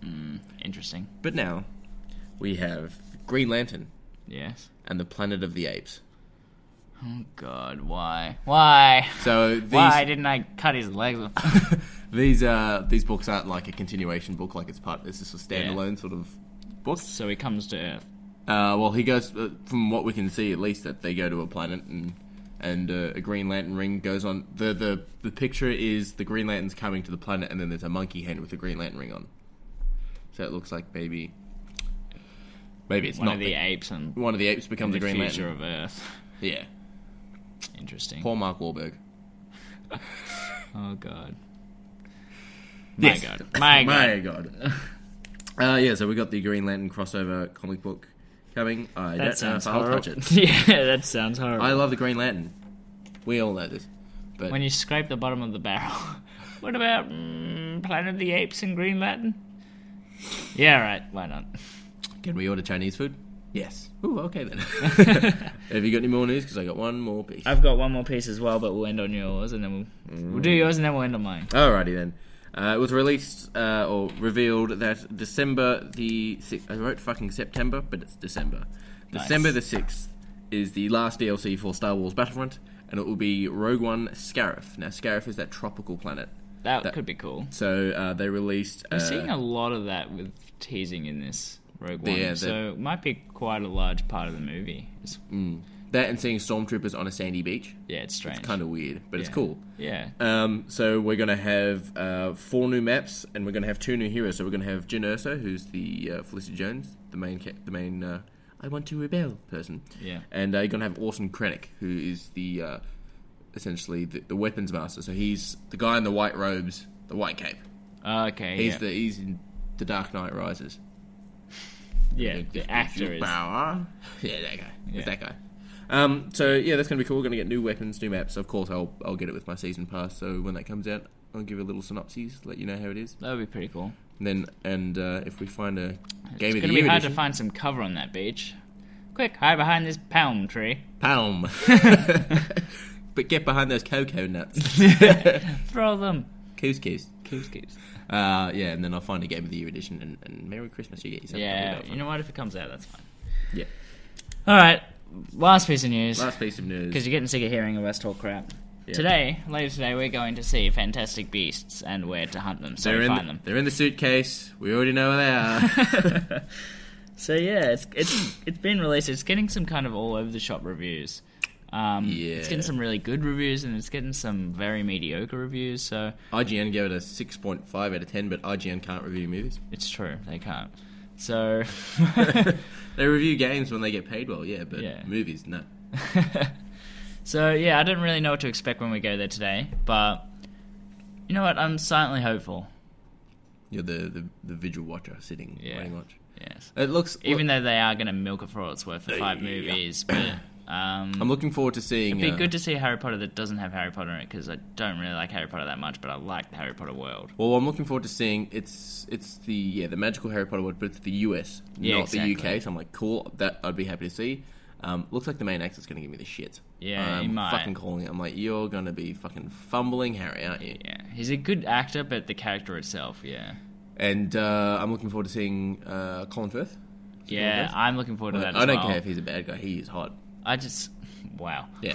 Speaker 3: Interesting.
Speaker 4: But now we have Green Lantern
Speaker 3: Yes.
Speaker 4: and the Planet of the Apes.
Speaker 3: Oh God, why? Why?
Speaker 4: So these
Speaker 3: Why didn't I cut his legs off?
Speaker 4: these uh, these books aren't like a continuation book. Like it's part. It's just a standalone sort of book.
Speaker 3: So he comes to Earth.
Speaker 4: Uh, well, he goes uh, from what we can see, at least that they go to a planet and and uh, a Green Lantern ring goes on. the the The picture is the Green Lantern's coming to the planet, and then there's a monkey hand with a Green Lantern ring on. So it looks like maybe maybe it's
Speaker 3: One
Speaker 4: not
Speaker 3: of the apes and
Speaker 4: one of the apes becomes
Speaker 3: the
Speaker 4: a Green
Speaker 3: future
Speaker 4: Lantern.
Speaker 3: of Earth.
Speaker 4: Yeah,
Speaker 3: Interesting.
Speaker 4: poor Mark Wahlberg.
Speaker 3: Oh God. My
Speaker 4: Yes.
Speaker 3: God. My God.
Speaker 4: My God. uh, yeah, so we got the Green Lantern crossover comic book coming.
Speaker 3: That
Speaker 4: I don't uh, know
Speaker 3: sounds
Speaker 4: if I'll
Speaker 3: horrible.
Speaker 4: touch it.
Speaker 3: yeah, that sounds horrible.
Speaker 4: I love the Green Lantern. We all know this, but
Speaker 3: when you scrape the bottom of the barrel. what about mm, Planet of the Apes and Green Lantern? Yeah, right. Why not?
Speaker 4: Can we order Chinese food? Yes. Ooh, okay then. Have you got any more news? Because I got one more piece.
Speaker 3: I've got one more piece as well, but we'll end on yours, and then we'll we'll do yours, and then we'll end on mine.
Speaker 4: Alrighty then. Uh, it was released uh, or revealed that December the sixth. I wrote fucking September, but it's December. December the sixth is the last DLC for Star Wars Battlefront, and it will be Rogue One Scarif. Now Scarif is that tropical planet.
Speaker 3: That,
Speaker 4: That-
Speaker 3: could be cool.
Speaker 4: So uh, they released. Uh,
Speaker 3: I'm seeing a lot of that with teasing in this Rogue One,
Speaker 4: Yeah, the-
Speaker 3: so it might be quite a large part of the movie. It's,
Speaker 4: that and seeing stormtroopers on a sandy beach.
Speaker 3: yeah, it's strange.
Speaker 4: Kind of weird, but it's
Speaker 3: Yeah.
Speaker 4: cool.
Speaker 3: Yeah.
Speaker 4: Um, so we're going to have uh, four new maps, and we're going to have two new heroes. So we're going to have Jyn Erso, who's the uh, Felicity Jones, the main, ca- the main. Uh, I want to rebel person.
Speaker 3: Yeah.
Speaker 4: And uh, you're going to have Orson Krennic, who is the uh, essentially the, the weapons master. So he's the guy in the white robes, the white cape.
Speaker 3: Oh, okay.
Speaker 4: He's
Speaker 3: yeah.
Speaker 4: the he's in the Dark Knight Rises.
Speaker 3: yeah, the actor is.
Speaker 4: Bower. Yeah, that guy.
Speaker 3: Yeah.
Speaker 4: It's that guy. Um, so yeah, that's gonna be cool. We're gonna get new weapons, new maps. Of course, I'll I'll get it with my season pass. So when that comes out, I'll give a little synopsis, let you know how it is.
Speaker 3: That would be pretty cool.
Speaker 4: And then and uh, if we find a game
Speaker 3: it's
Speaker 4: of
Speaker 3: gonna
Speaker 4: the
Speaker 3: be
Speaker 4: year
Speaker 3: hard
Speaker 4: edition,
Speaker 3: to find some cover on that beach. Quick, hide behind this palm tree.
Speaker 4: palm. but get behind those cocoa nuts,
Speaker 3: Throw them.
Speaker 4: couscous.
Speaker 3: Couscous.
Speaker 4: Uh, yeah, and then I'll find a game of the year edition and, and Merry Christmas. You get yourself. a
Speaker 3: Yeah,
Speaker 4: copy of that
Speaker 3: you know what? If it comes out, that's fine.
Speaker 4: one. Yeah.
Speaker 3: All right, last piece of news.
Speaker 4: Last piece of news.
Speaker 3: Because you're getting sick of hearing of us talk crap. Today, later today, we're going to see fantastic beasts and where to hunt them, so
Speaker 4: They're
Speaker 3: we
Speaker 4: in,
Speaker 3: find
Speaker 4: the,
Speaker 3: them.
Speaker 4: they're in the suitcase. We already know where they are.
Speaker 3: So yeah, it's it's it's been released. It's getting some kind of all over the shop reviews. Um, It's
Speaker 4: Yeah.
Speaker 3: getting some really good reviews and it's getting some very mediocre reviews. So
Speaker 4: IGN gave it a 6.5 out of 10, but IGN can't review movies.
Speaker 3: it's true they can't. So
Speaker 4: They review games when they get paid well, yeah, but
Speaker 3: Yeah.
Speaker 4: movies, no.
Speaker 3: so yeah, I didn't really know what to expect when we go there today, but you know what? I'm silently hopeful.
Speaker 4: You're the, the, the visual watcher sitting,
Speaker 3: Yeah.
Speaker 4: waiting watch.
Speaker 3: Yes.
Speaker 4: It looks.
Speaker 3: Even though they are going to milk it for all it's worth for five
Speaker 4: Yeah.
Speaker 3: movies, but um,
Speaker 4: I'm looking forward to seeing.
Speaker 3: It'd
Speaker 4: uh,
Speaker 3: be good to see a Harry Potter that doesn't have Harry Potter in it because I don't really like Harry Potter that much, but I like the Harry Potter world.
Speaker 4: Well, I'm looking forward to seeing it's it's the yeah the magical Harry Potter world, but it's the US,
Speaker 3: Yeah,
Speaker 4: not
Speaker 3: exactly.
Speaker 4: the UK. So I'm like, cool, that I'd be happy to see. Um, looks like the main actor's gonna give me the shit.
Speaker 3: Yeah,
Speaker 4: I'm
Speaker 3: he might.
Speaker 4: fucking calling it. I'm like, you're gonna be fucking fumbling Harry, aren't you?
Speaker 3: Yeah, he's a good actor, but the character itself, yeah,
Speaker 4: And uh, I'm looking forward to seeing uh, Colin Firth.
Speaker 3: yeah, I'm looking forward to that.
Speaker 4: I
Speaker 3: as
Speaker 4: don't
Speaker 3: well.
Speaker 4: care if he's a bad guy; he is hot.
Speaker 3: I just, wow.
Speaker 4: Yeah.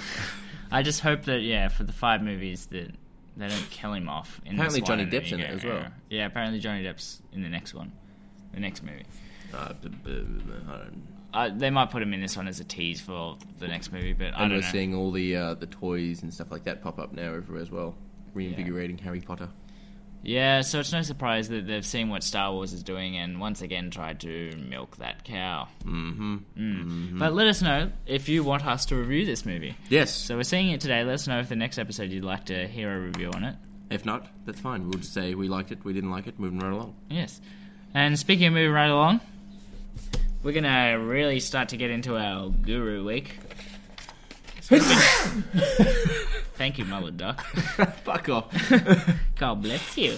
Speaker 3: I just hope that yeah, for the five movies that they don't kill him off. In
Speaker 4: Apparently
Speaker 3: this one
Speaker 4: Johnny
Speaker 3: and then
Speaker 4: Depp's
Speaker 3: you
Speaker 4: in
Speaker 3: go,
Speaker 4: it as well.
Speaker 3: "Oh." Yeah, apparently Johnny Depp's in the next one, the next movie.
Speaker 4: Uh, b- b- b- I don't-
Speaker 3: Uh, they might put him in this one as a tease for the next movie, but I don't
Speaker 4: and we're
Speaker 3: know.
Speaker 4: seeing all the uh, the toys and stuff like that pop up now everywhere as well, reinvigorating Harry Potter.
Speaker 3: Yeah, so it's no surprise that they've seen what Star Wars is doing and once again tried to milk that cow. Mm-hmm. But let us know if you want us to review this movie.
Speaker 4: Yes.
Speaker 3: So we're seeing it today. Let us know if the next episode you'd like to hear a review on it.
Speaker 4: if not, that's fine. We'll just say we liked it, we didn't like it, moving right along.
Speaker 3: Yes. And speaking of moving right along, we're gonna really start to get into our Guru Week. It's gonna be- Thank you, Mother Duck.
Speaker 4: Fuck off.
Speaker 3: God bless you.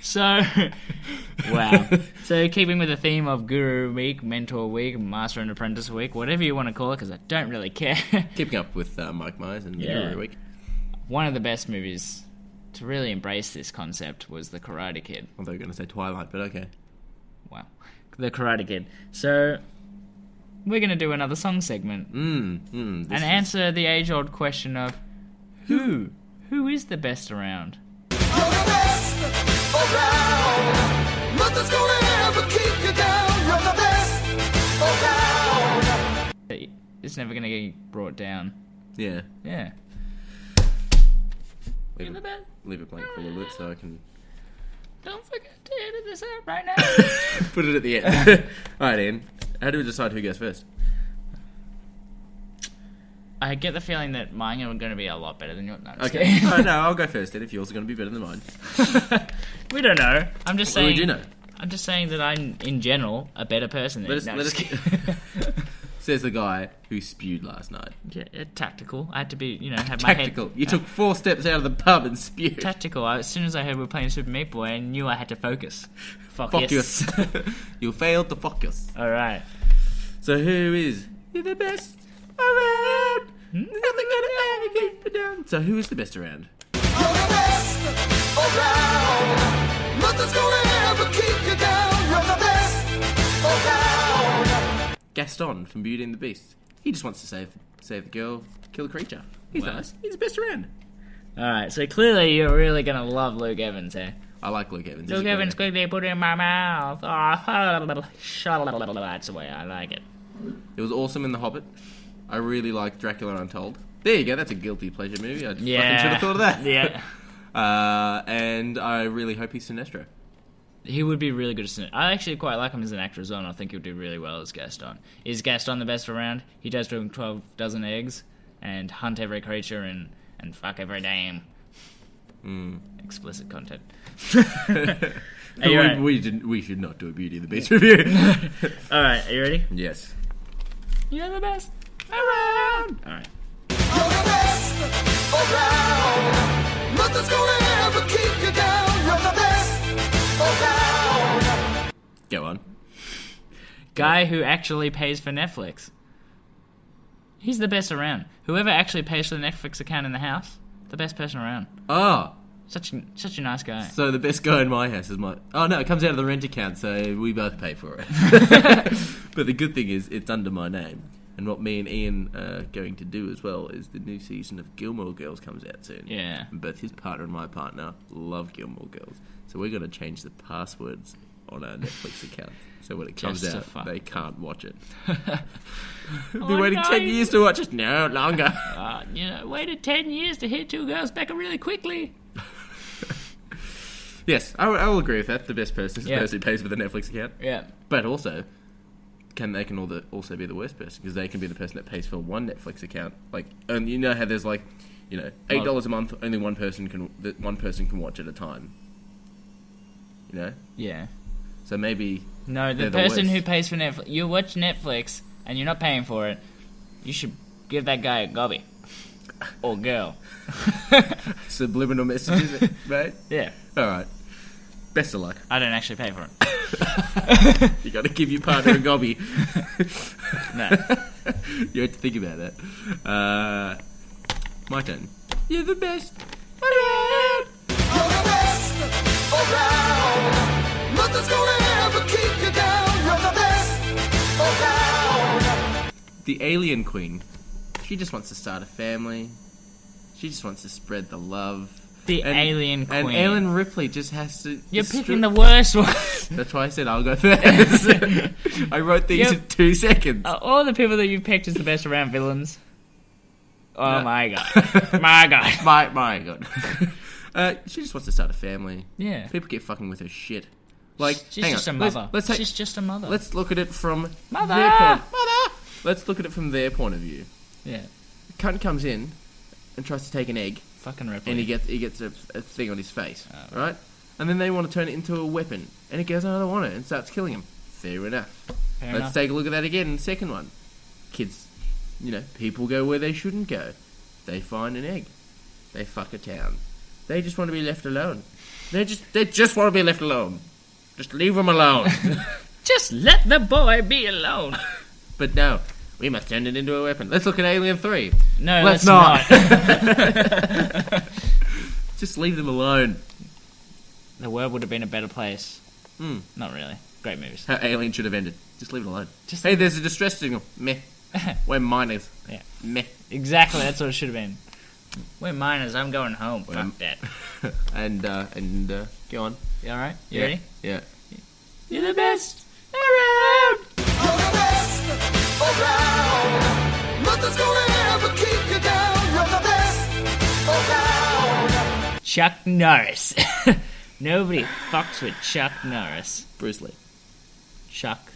Speaker 3: so, wow. So, keeping with the theme of Guru Week, Mentor Week, Master and Apprentice Week, whatever you want to call it, because I don't really care.
Speaker 4: Keeping up with uh, Mike Myers and
Speaker 3: Yeah.
Speaker 4: yeah. Guru Week.
Speaker 3: One of the best movies to really embrace this concept was The Karate Kid.
Speaker 4: Although going to say Twilight, but okay.
Speaker 3: Wow. The Karate Kid. So, we're going to do another song segment
Speaker 4: Mm, this
Speaker 3: and
Speaker 4: is-
Speaker 3: answer the age old question of who? Who is the best around? It's never going to get brought down.
Speaker 4: yeah.
Speaker 3: Yeah.
Speaker 4: Leave it, leave it blank for a little bit so I can
Speaker 3: Don't forget to edit this out right now.
Speaker 4: put it at the end. All right, Ian. How do we decide who goes first?
Speaker 3: I get the feeling that mine are going to be a lot better than yours. No, I'm just
Speaker 4: Okay.
Speaker 3: kidding.
Speaker 4: oh, no, I'll go first. Then if yours are going to be better than mine,
Speaker 3: we don't know. I'm just
Speaker 4: well,
Speaker 3: saying.
Speaker 4: we do know.
Speaker 3: I'm just saying that I'm, in general, a better person than
Speaker 4: Let us.
Speaker 3: no,
Speaker 4: let
Speaker 3: just
Speaker 4: us.
Speaker 3: kidding.
Speaker 4: Says the guy who spewed last night.
Speaker 3: Yeah, uh, tactical. I had to be, you know, have my head.
Speaker 4: Tactical. You took four steps out of the pub and spewed.
Speaker 3: Tactical. I, as soon as I heard we were playing Super Meat Boy, I knew I had to focus. Fuck,
Speaker 4: Focus.
Speaker 3: yes.
Speaker 4: you failed to focus.
Speaker 3: All right.
Speaker 4: So who is the best around?
Speaker 3: Hmm?
Speaker 4: Nothing gonna ever get me down. So who is the best around? Gaston from Beauty and the Beast. He just wants to save save the girl, kill the creature. He's
Speaker 3: Wow.
Speaker 4: nice. He's the best around.
Speaker 3: All right. So clearly, you're really gonna love Luke Evans, eh?
Speaker 4: I like Luke Evans.
Speaker 3: Luke
Speaker 4: He's a
Speaker 3: Evans
Speaker 4: good
Speaker 3: quickly put it in my mouth. Oh, that's the way I like it.
Speaker 4: actor. It was awesome in The Hobbit. I really like Dracula Untold. There you go. That's a guilty pleasure movie. I
Speaker 3: Yeah.
Speaker 4: fucking should have thought of that.
Speaker 3: Yeah.
Speaker 4: Uh, and I really hope he's Sinestro.
Speaker 3: He would be really good as an. I actually quite like him as an actor as well, and I think he'll do really well as Gaston. Is Gaston the best around? He does bring twelve dozen eggs and hunt every creature and and fuck every dame. Explicit content. are
Speaker 4: we,
Speaker 3: you ready?
Speaker 4: we didn't. We should not do a Beauty and the Beast review.
Speaker 3: All right, are you ready?
Speaker 4: yes.
Speaker 3: You're the best around. All right.
Speaker 8: You're the best around. Nothing's gonna ever keep you down. You're the best around.
Speaker 4: Go on.
Speaker 3: Guy who actually pays for Netflix. He's the best around. Whoever actually pays for the Netflix account in the house, the best person around.
Speaker 4: Oh,
Speaker 3: Such a, such a nice guy.
Speaker 4: so the best guy in my house is my. Oh no, it comes out of the rent account, so we both pay for it. but the good thing is, it's under my name. And what me and Ian are going to do as well is the new season of Gilmore Girls comes out soon.
Speaker 3: Yeah.
Speaker 4: And both his partner and my partner love Gilmore Girls, so we're going to change the passwords on our Netflix account. So when it comes
Speaker 3: Just to
Speaker 4: out,
Speaker 3: fuck
Speaker 4: they
Speaker 3: with
Speaker 4: can't watch it. I've
Speaker 3: Oh,
Speaker 4: been waiting ten
Speaker 3: no.
Speaker 4: years to watch it. No longer.
Speaker 3: Uh, you know, waited 10 years to hit two girls back really quickly.
Speaker 4: yes, I will- I will agree with that. The best person is the
Speaker 3: Yeah.
Speaker 4: person who pays for the Netflix account.
Speaker 3: Yeah.
Speaker 4: But also, can they can all the, also be the worst person because they can be the person that pays for one Netflix account. Like, and you know how there's like, you know, eight dollars a month. Only one person can that one person can watch at a time. You know,
Speaker 3: Yeah.
Speaker 4: so maybe
Speaker 3: No, the
Speaker 4: They're the
Speaker 3: person who
Speaker 4: worst.
Speaker 3: pays for Netflix, you watch Netflix and you're not paying for it, you should give that guy a gobby. Or girl.
Speaker 4: subliminal messages, right?
Speaker 3: Yeah.
Speaker 4: All right. Best of luck.
Speaker 3: I don't actually pay for it.
Speaker 4: You got to give your partner a gobby.
Speaker 3: No.
Speaker 4: you have to think about that. Uh, my turn. You're the best.
Speaker 8: You're the best around. Nothing's gonna ever keep you down. You're the best around.
Speaker 4: The alien queen. She just wants to start a family. She just wants to spread the love.
Speaker 3: The alien
Speaker 4: And
Speaker 3: queen.
Speaker 4: Ellen Ripley just has to.
Speaker 3: You're
Speaker 4: just
Speaker 3: picking
Speaker 4: stri-
Speaker 3: the worst one.
Speaker 4: That's why I said I'll go first. I wrote these
Speaker 3: Yep.
Speaker 4: in two seconds.
Speaker 3: Are Uh, all the people that you picked as the best around villains. Oh
Speaker 4: No.
Speaker 3: my god. my god.
Speaker 4: My my god. uh, she just wants to start a family.
Speaker 3: Yeah.
Speaker 4: People get fucking with her shit. Like,
Speaker 3: She's
Speaker 4: hang
Speaker 3: just
Speaker 4: on.
Speaker 3: a
Speaker 4: Let's-
Speaker 3: mother.
Speaker 4: Let's, take-
Speaker 3: She's just a mother.
Speaker 4: let's look at it from
Speaker 3: Mother!
Speaker 4: their point. Let's look at it from their point of view.
Speaker 3: Yeah.
Speaker 4: Cunt comes in and tries to take an egg,
Speaker 3: Fucking Ripley.
Speaker 4: and he gets he gets a, a thing on his face,
Speaker 3: Oh,
Speaker 4: right? And then they want to turn it into a weapon, and it goes, "I don't want it," and starts killing him. Fair enough.
Speaker 3: Fair
Speaker 4: Let's
Speaker 3: enough.
Speaker 4: take a look at that again. Second one, kids, you know, people go where they shouldn't go. They find an egg. They fuck a town. They just want to be left alone. They just they just want to be left alone. Just leave them alone.
Speaker 3: Just let the boy be alone.
Speaker 4: but no, we must turn it into a weapon. Let's look at Alien Three.
Speaker 3: No, let's,
Speaker 4: Let's not.
Speaker 3: not.
Speaker 4: Just leave them alone.
Speaker 3: the world would have been a better place.
Speaker 4: Hmm.
Speaker 3: Not really. Great movies.
Speaker 4: How Alien should have ended. Just leave it alone.
Speaker 3: Just-
Speaker 4: hey, there's a distress signal. Meh. We're minors.
Speaker 3: Yeah.
Speaker 4: Meh.
Speaker 3: Exactly, that's what it should have been. We're minors, I'm going home. Fuck that.
Speaker 4: And uh, and uh, go on.
Speaker 3: You alright? You
Speaker 4: yeah.
Speaker 3: ready?
Speaker 4: Yeah.
Speaker 3: You're the best around!
Speaker 8: You're the best around. Nothing's gonna ever keep you down. You're the best around.
Speaker 3: Chuck Norris. Nobody fucks with Chuck Norris.
Speaker 4: Bruce Lee.
Speaker 3: Chuck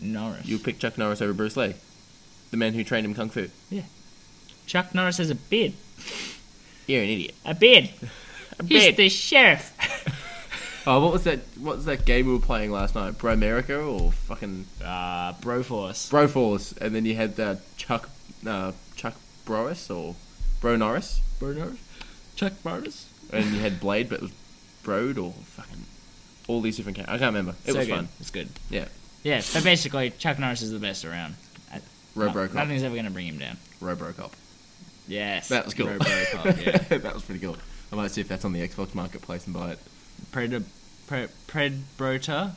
Speaker 3: Norris.
Speaker 4: You pick Chuck Norris over Bruce Lee, the man who trained him kung fu.
Speaker 3: Chuck Norris has a beard.
Speaker 4: You're an idiot.
Speaker 3: A beard. He's
Speaker 4: beard.
Speaker 3: the sheriff.
Speaker 4: Oh, what was that? What was that game we were playing last night? Bro America or fucking
Speaker 3: Uh, Broforce.
Speaker 4: Broforce? And then you had uh, Chuck uh, Chuck Broris or Bro Norris,
Speaker 3: Bro Norris? Chuck Norris?
Speaker 4: and you had Blade, but it was Brode or fucking all these different. Ca- I can't remember. It
Speaker 3: so
Speaker 4: was
Speaker 3: good.
Speaker 4: fun.
Speaker 3: It's good.
Speaker 4: Yeah.
Speaker 3: Yeah, so basically, Chuck Norris is the best around. I- no-
Speaker 4: Robocop.
Speaker 3: Nothing's ever going to bring him down.
Speaker 4: Robocop.
Speaker 3: Yes.
Speaker 4: That was cool.
Speaker 3: Robocop, yeah.
Speaker 4: that was pretty cool. I might see if that's on the Xbox Marketplace and buy it.
Speaker 3: Predator. Pre- Predbrota?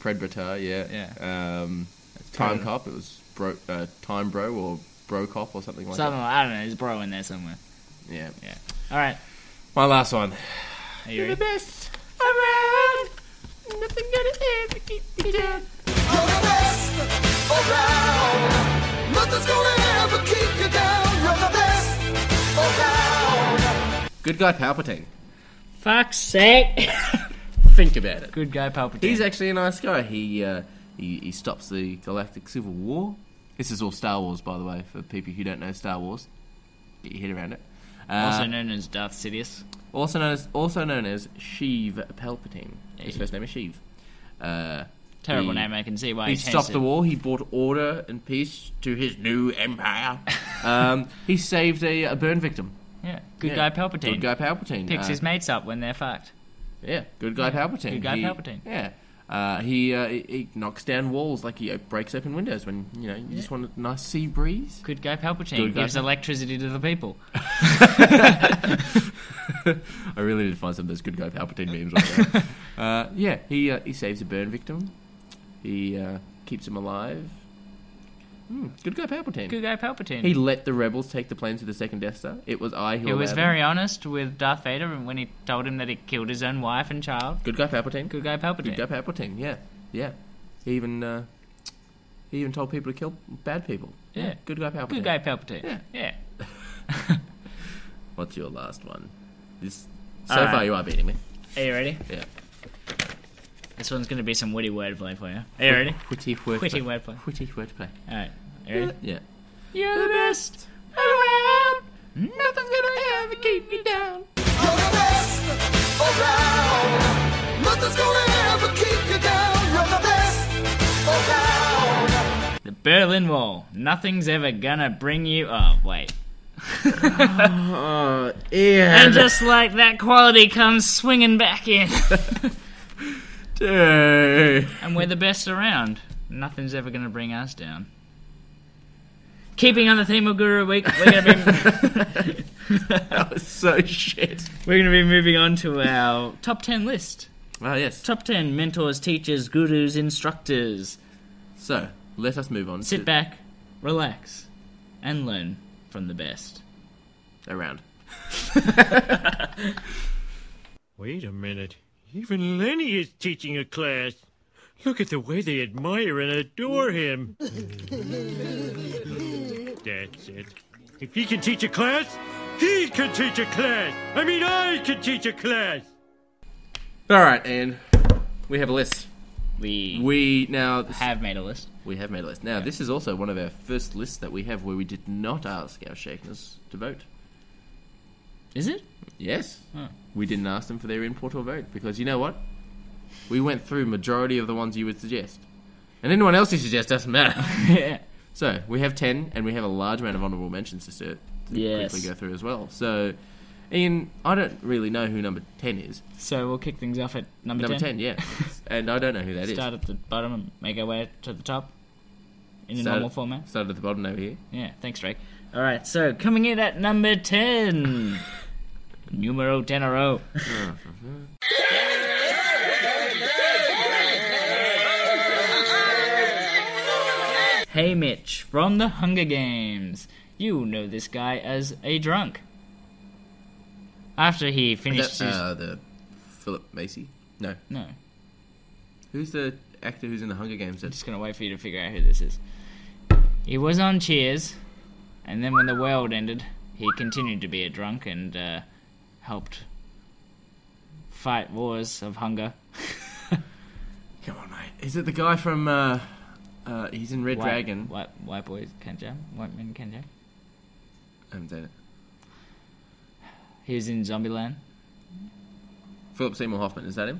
Speaker 4: Predbratar, yeah. Yeah. Um, Time
Speaker 3: Predator.
Speaker 4: Cop, it was bro, uh, Time Bro or Bro Cop or something like
Speaker 3: Something like I don't know. There's bro in there somewhere.
Speaker 4: that. Yeah.
Speaker 3: Yeah. All right.
Speaker 4: My last one.
Speaker 3: Are you ready?
Speaker 4: best around. Nothing gonna ever keep me down.
Speaker 8: You're the best around. Nothing's gonna ever keep you down. You're the best around.
Speaker 4: Good guy Palpatine.
Speaker 3: Fuck's sake.
Speaker 4: Think about it.
Speaker 3: Good guy, Palpatine.
Speaker 4: He's actually a nice guy. He, uh, he he stops the Galactic Civil War. This is all Star Wars, by the way, for people who don't know Star Wars. Get your head around it. Uh,
Speaker 3: also known as Darth Sidious.
Speaker 4: also known as also known as Sheev Palpatine. His first name is Sheev. Uh,
Speaker 3: Terrible
Speaker 4: He-
Speaker 3: name. I can see why
Speaker 4: He
Speaker 3: changed
Speaker 4: stopped the
Speaker 3: it.
Speaker 4: war. He brought order and peace to his new empire. um, he saved a, a burn victim.
Speaker 3: Yeah, good
Speaker 4: Yeah.
Speaker 3: guy Palpatine.
Speaker 4: Good guy Palpatine.
Speaker 3: Picks
Speaker 4: Uh,
Speaker 3: his mates up when they're fucked.
Speaker 4: Yeah, good guy Palpatine.
Speaker 3: Good guy
Speaker 4: He-
Speaker 3: Palpatine.
Speaker 4: Yeah. Uh, he, uh, he he knocks down walls like he uh, breaks open windows when you know you just want a nice sea breeze.
Speaker 3: Good guy Palpatine
Speaker 4: Good guy
Speaker 3: gives
Speaker 4: Pal-
Speaker 3: electricity to the people.
Speaker 4: I really did find some of those good guy Palpatine memes. on there. uh, yeah, he uh, he saves a burn victim. He uh, keeps him alive. Hmm, good guy Palpatine.
Speaker 3: Good guy Palpatine.
Speaker 4: He let the rebels take the planes to the second Death Star. It was I who.
Speaker 3: He was
Speaker 4: allowed
Speaker 3: very
Speaker 4: Them.
Speaker 3: honest with Darth Vader and when he told him that he killed his own wife and child.
Speaker 4: Good guy Palpatine.
Speaker 3: Good guy Palpatine.
Speaker 4: Good guy Palpatine. Yeah, yeah. He even uh, he even told people to kill bad people.
Speaker 3: Yeah.
Speaker 4: Good guy Palpatine.
Speaker 3: Good guy Palpatine.
Speaker 4: Yeah.
Speaker 3: yeah.
Speaker 4: What's your last one? This so
Speaker 3: All right.
Speaker 4: far you are beating me.
Speaker 3: Are you ready?
Speaker 4: Yeah.
Speaker 3: This one's going to be some witty wordplay for you. Are you ready?
Speaker 4: Witty wordplay.
Speaker 3: Witty wordplay.
Speaker 4: Witty wordplay.
Speaker 3: Alright. You ready?
Speaker 4: Yeah.
Speaker 3: You're the best.
Speaker 4: Around, nothing's gonna ever keep me down.
Speaker 8: You're the best around. Nothing's gonna ever keep you down. You're the best around.
Speaker 3: The Berlin Wall. Nothing's ever gonna bring you. Oh, wait.
Speaker 4: Yeah.
Speaker 3: And just like that, quality comes swinging back in. and we're the best around. Nothing's ever gonna bring us down. Keeping on the theme of Guru Week, we're gonna be.
Speaker 4: that was so shit.
Speaker 3: We're going to be moving on to our top 10 list.
Speaker 4: Oh yes.
Speaker 3: Top 10 mentors, teachers, gurus, instructors.
Speaker 4: So let us move on.
Speaker 3: Sit
Speaker 4: to
Speaker 3: back, relax, and learn from the best.
Speaker 4: around.
Speaker 9: Wait a minute. Even Lenny is teaching a class. Look at the way they admire and adore him. That's it. If he can teach a class, he can teach a class. I mean, I can teach a class.
Speaker 4: All right, and we have a list.
Speaker 3: We,
Speaker 4: We now
Speaker 3: have made a list.
Speaker 4: We have made a list. Now, this is also one of our first lists that we have where we did not ask our Shakeners to vote.
Speaker 3: Is it?
Speaker 4: Yes.
Speaker 3: Hmm.
Speaker 4: We didn't ask them for their input or vote because you know what? We went through majority of the ones you would suggest. And anyone else you suggest doesn't matter.
Speaker 3: yeah.
Speaker 4: so, we have 10 and we have a large amount of honorable mentions to, ser- to
Speaker 3: Yes.
Speaker 4: quickly go through as well. So, Ian, I don't really know who number 10 is.
Speaker 3: So we'll kick things off at number,
Speaker 4: Number 10, yeah. and I don't know who that is.
Speaker 3: Start at the bottom and make our way to the top in a
Speaker 4: Start-
Speaker 3: normal format.
Speaker 4: Start at the bottom over here.
Speaker 3: Yeah, thanks, Drake. All right, so coming in at number 10. Numero tenero. hey Mitch, from the Hunger Games. You know this guy as a drunk. After he finished
Speaker 4: Is that,
Speaker 3: his.
Speaker 4: uh, the Philip Macy? No.
Speaker 3: no,
Speaker 4: Who's the actor who's in the Hunger Games?
Speaker 3: I'm
Speaker 4: That's
Speaker 3: just gonna wait for you to figure out who this is. He was on Cheers, and then when the world ended, he continued to be a drunk and uh, helped fight wars of hunger.
Speaker 4: come on, mate. Is it the guy from? Uh, uh, he's in Red
Speaker 3: White-
Speaker 4: Dragon.
Speaker 3: White, white boys can jam. White men can jam.
Speaker 4: I haven't seen it.
Speaker 3: He was in Zombieland.
Speaker 4: Philip Seymour Hoffman. Is that him?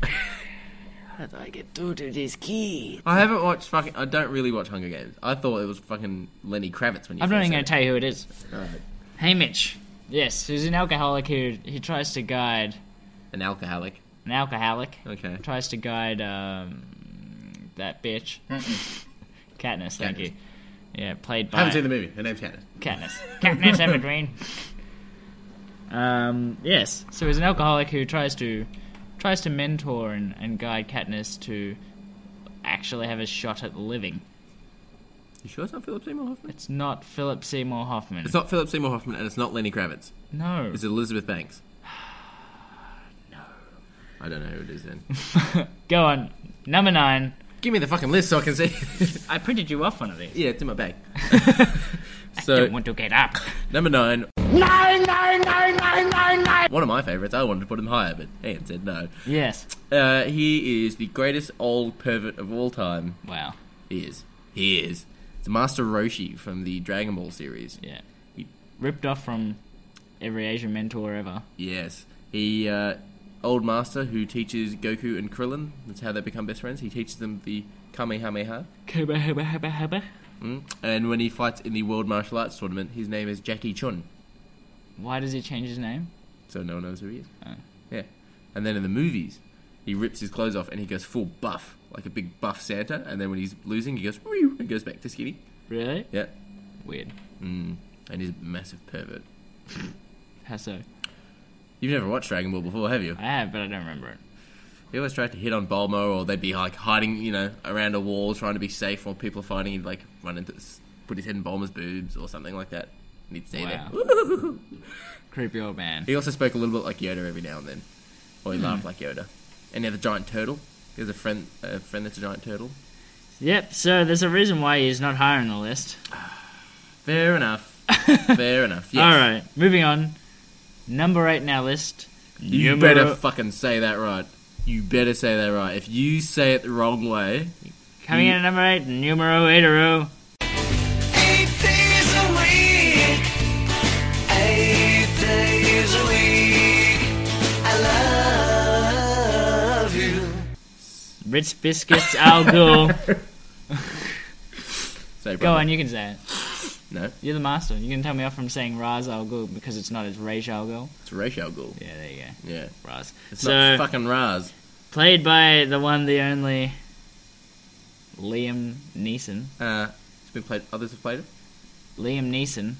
Speaker 4: How did I get through to this key? I haven't watched fucking. I don't really watch Hunger Games. I thought it was fucking Lenny Kravitz when you.
Speaker 3: I'm not
Speaker 4: first
Speaker 3: even gonna
Speaker 4: said
Speaker 3: tell you who it is.
Speaker 4: it. Alright.
Speaker 3: Hey Mitch. Yes, who's an alcoholic who he tries to guide
Speaker 4: An alcoholic.
Speaker 3: an alcoholic.
Speaker 4: Okay.
Speaker 3: Tries to guide um, that bitch. Katniss, thank
Speaker 4: Katniss.
Speaker 3: you. Yeah, played by.
Speaker 4: I haven't seen the movie. Her name's Hannah.
Speaker 3: Katniss. Katniss Everdeen. Um, yes. So he's an alcoholic who tries to tries to mentor and, and guide Katniss to actually have a shot at living.
Speaker 4: You sure it's not Philip Seymour Hoffman?
Speaker 3: It's not Philip Seymour Hoffman.
Speaker 4: It's not Philip Seymour Hoffman, and it's not Lenny Kravitz.
Speaker 3: no.
Speaker 4: It's Elizabeth Banks. no. I don't know who it is then.
Speaker 3: Go on. Number nine.
Speaker 4: Give me the fucking list so I can see.
Speaker 3: I printed you off one of these.
Speaker 4: yeah, it's in my bag.
Speaker 3: Don't
Speaker 4: so
Speaker 3: want to get up.
Speaker 4: number nine,
Speaker 5: Nine, nine, nine, nine, nine, nine.
Speaker 4: one of my favourites. I wanted to put him higher, but Ian said no.
Speaker 3: Yes.
Speaker 4: Uh, he is the greatest old pervert of all time.
Speaker 3: Wow.
Speaker 4: He is. He is. It's Master Roshi from the Dragon Ball series.
Speaker 3: Yeah. Ripped off from every Asian mentor ever.
Speaker 4: Yes. He uh, old master who teaches Goku and Krillin. That's how they become best friends. He teaches them the Kamehameha. Mm. And when he fights in the World Martial Arts Tournament, his name is Jackie Chun.
Speaker 3: Why does he change his name?
Speaker 4: So no one knows who he is.
Speaker 3: Oh.
Speaker 4: Yeah. And then in the movies, he rips his clothes off and he goes full buff, like a big buff Santa. And then when he's losing, he goes "Meow," and goes back to skinny.
Speaker 3: Really?
Speaker 4: Yeah.
Speaker 3: Weird.
Speaker 4: Mm. And he's a massive pervert.
Speaker 3: How so?
Speaker 4: You've never watched Dragon Ball before, have you?
Speaker 3: I have, but I don't remember it.
Speaker 4: He always tried to hit on Bulma, or they'd be like hiding, you know, around a wall, trying to be safe while people are fighting. He'd like run into, s- put his head in Bulma's boobs or something like that. And he'd stay
Speaker 3: Wow.
Speaker 4: there.
Speaker 3: Creepy old man.
Speaker 4: He also spoke a little bit like Yoda every now and then, or
Speaker 3: Hmm.
Speaker 4: he laughed like Yoda. And he had a giant turtle. He has a friend, a friend that's a giant turtle.
Speaker 3: Yep, so there's a reason why he's not higher on the list.
Speaker 4: Fair enough. Fair enough. Yes.
Speaker 3: Alright, moving on. Number eight in our list.
Speaker 4: You
Speaker 3: Numero-
Speaker 4: better fucking say that right. You better say that right. If you say it the wrong way,
Speaker 3: Coming in at number eight, numero eightero.
Speaker 8: Eight days a week. Eight days a week. I love you.
Speaker 3: Ritz Biscuits Al Ghul.
Speaker 4: say
Speaker 3: Go
Speaker 4: brother.
Speaker 3: on, you can say it.
Speaker 4: No,
Speaker 3: You're the master. You can tell me off from saying Raz Al Ghul because it's not, it's Raj Al Ghul.
Speaker 4: it's Rachel Ghoul.
Speaker 3: Yeah, there you
Speaker 4: Yeah,
Speaker 3: go. Raz.
Speaker 4: it's
Speaker 3: so,
Speaker 4: not fucking Raz.
Speaker 3: played by the one, the only Liam Neeson.
Speaker 4: Uh, it's been played. Others have played it.
Speaker 3: Liam Neeson.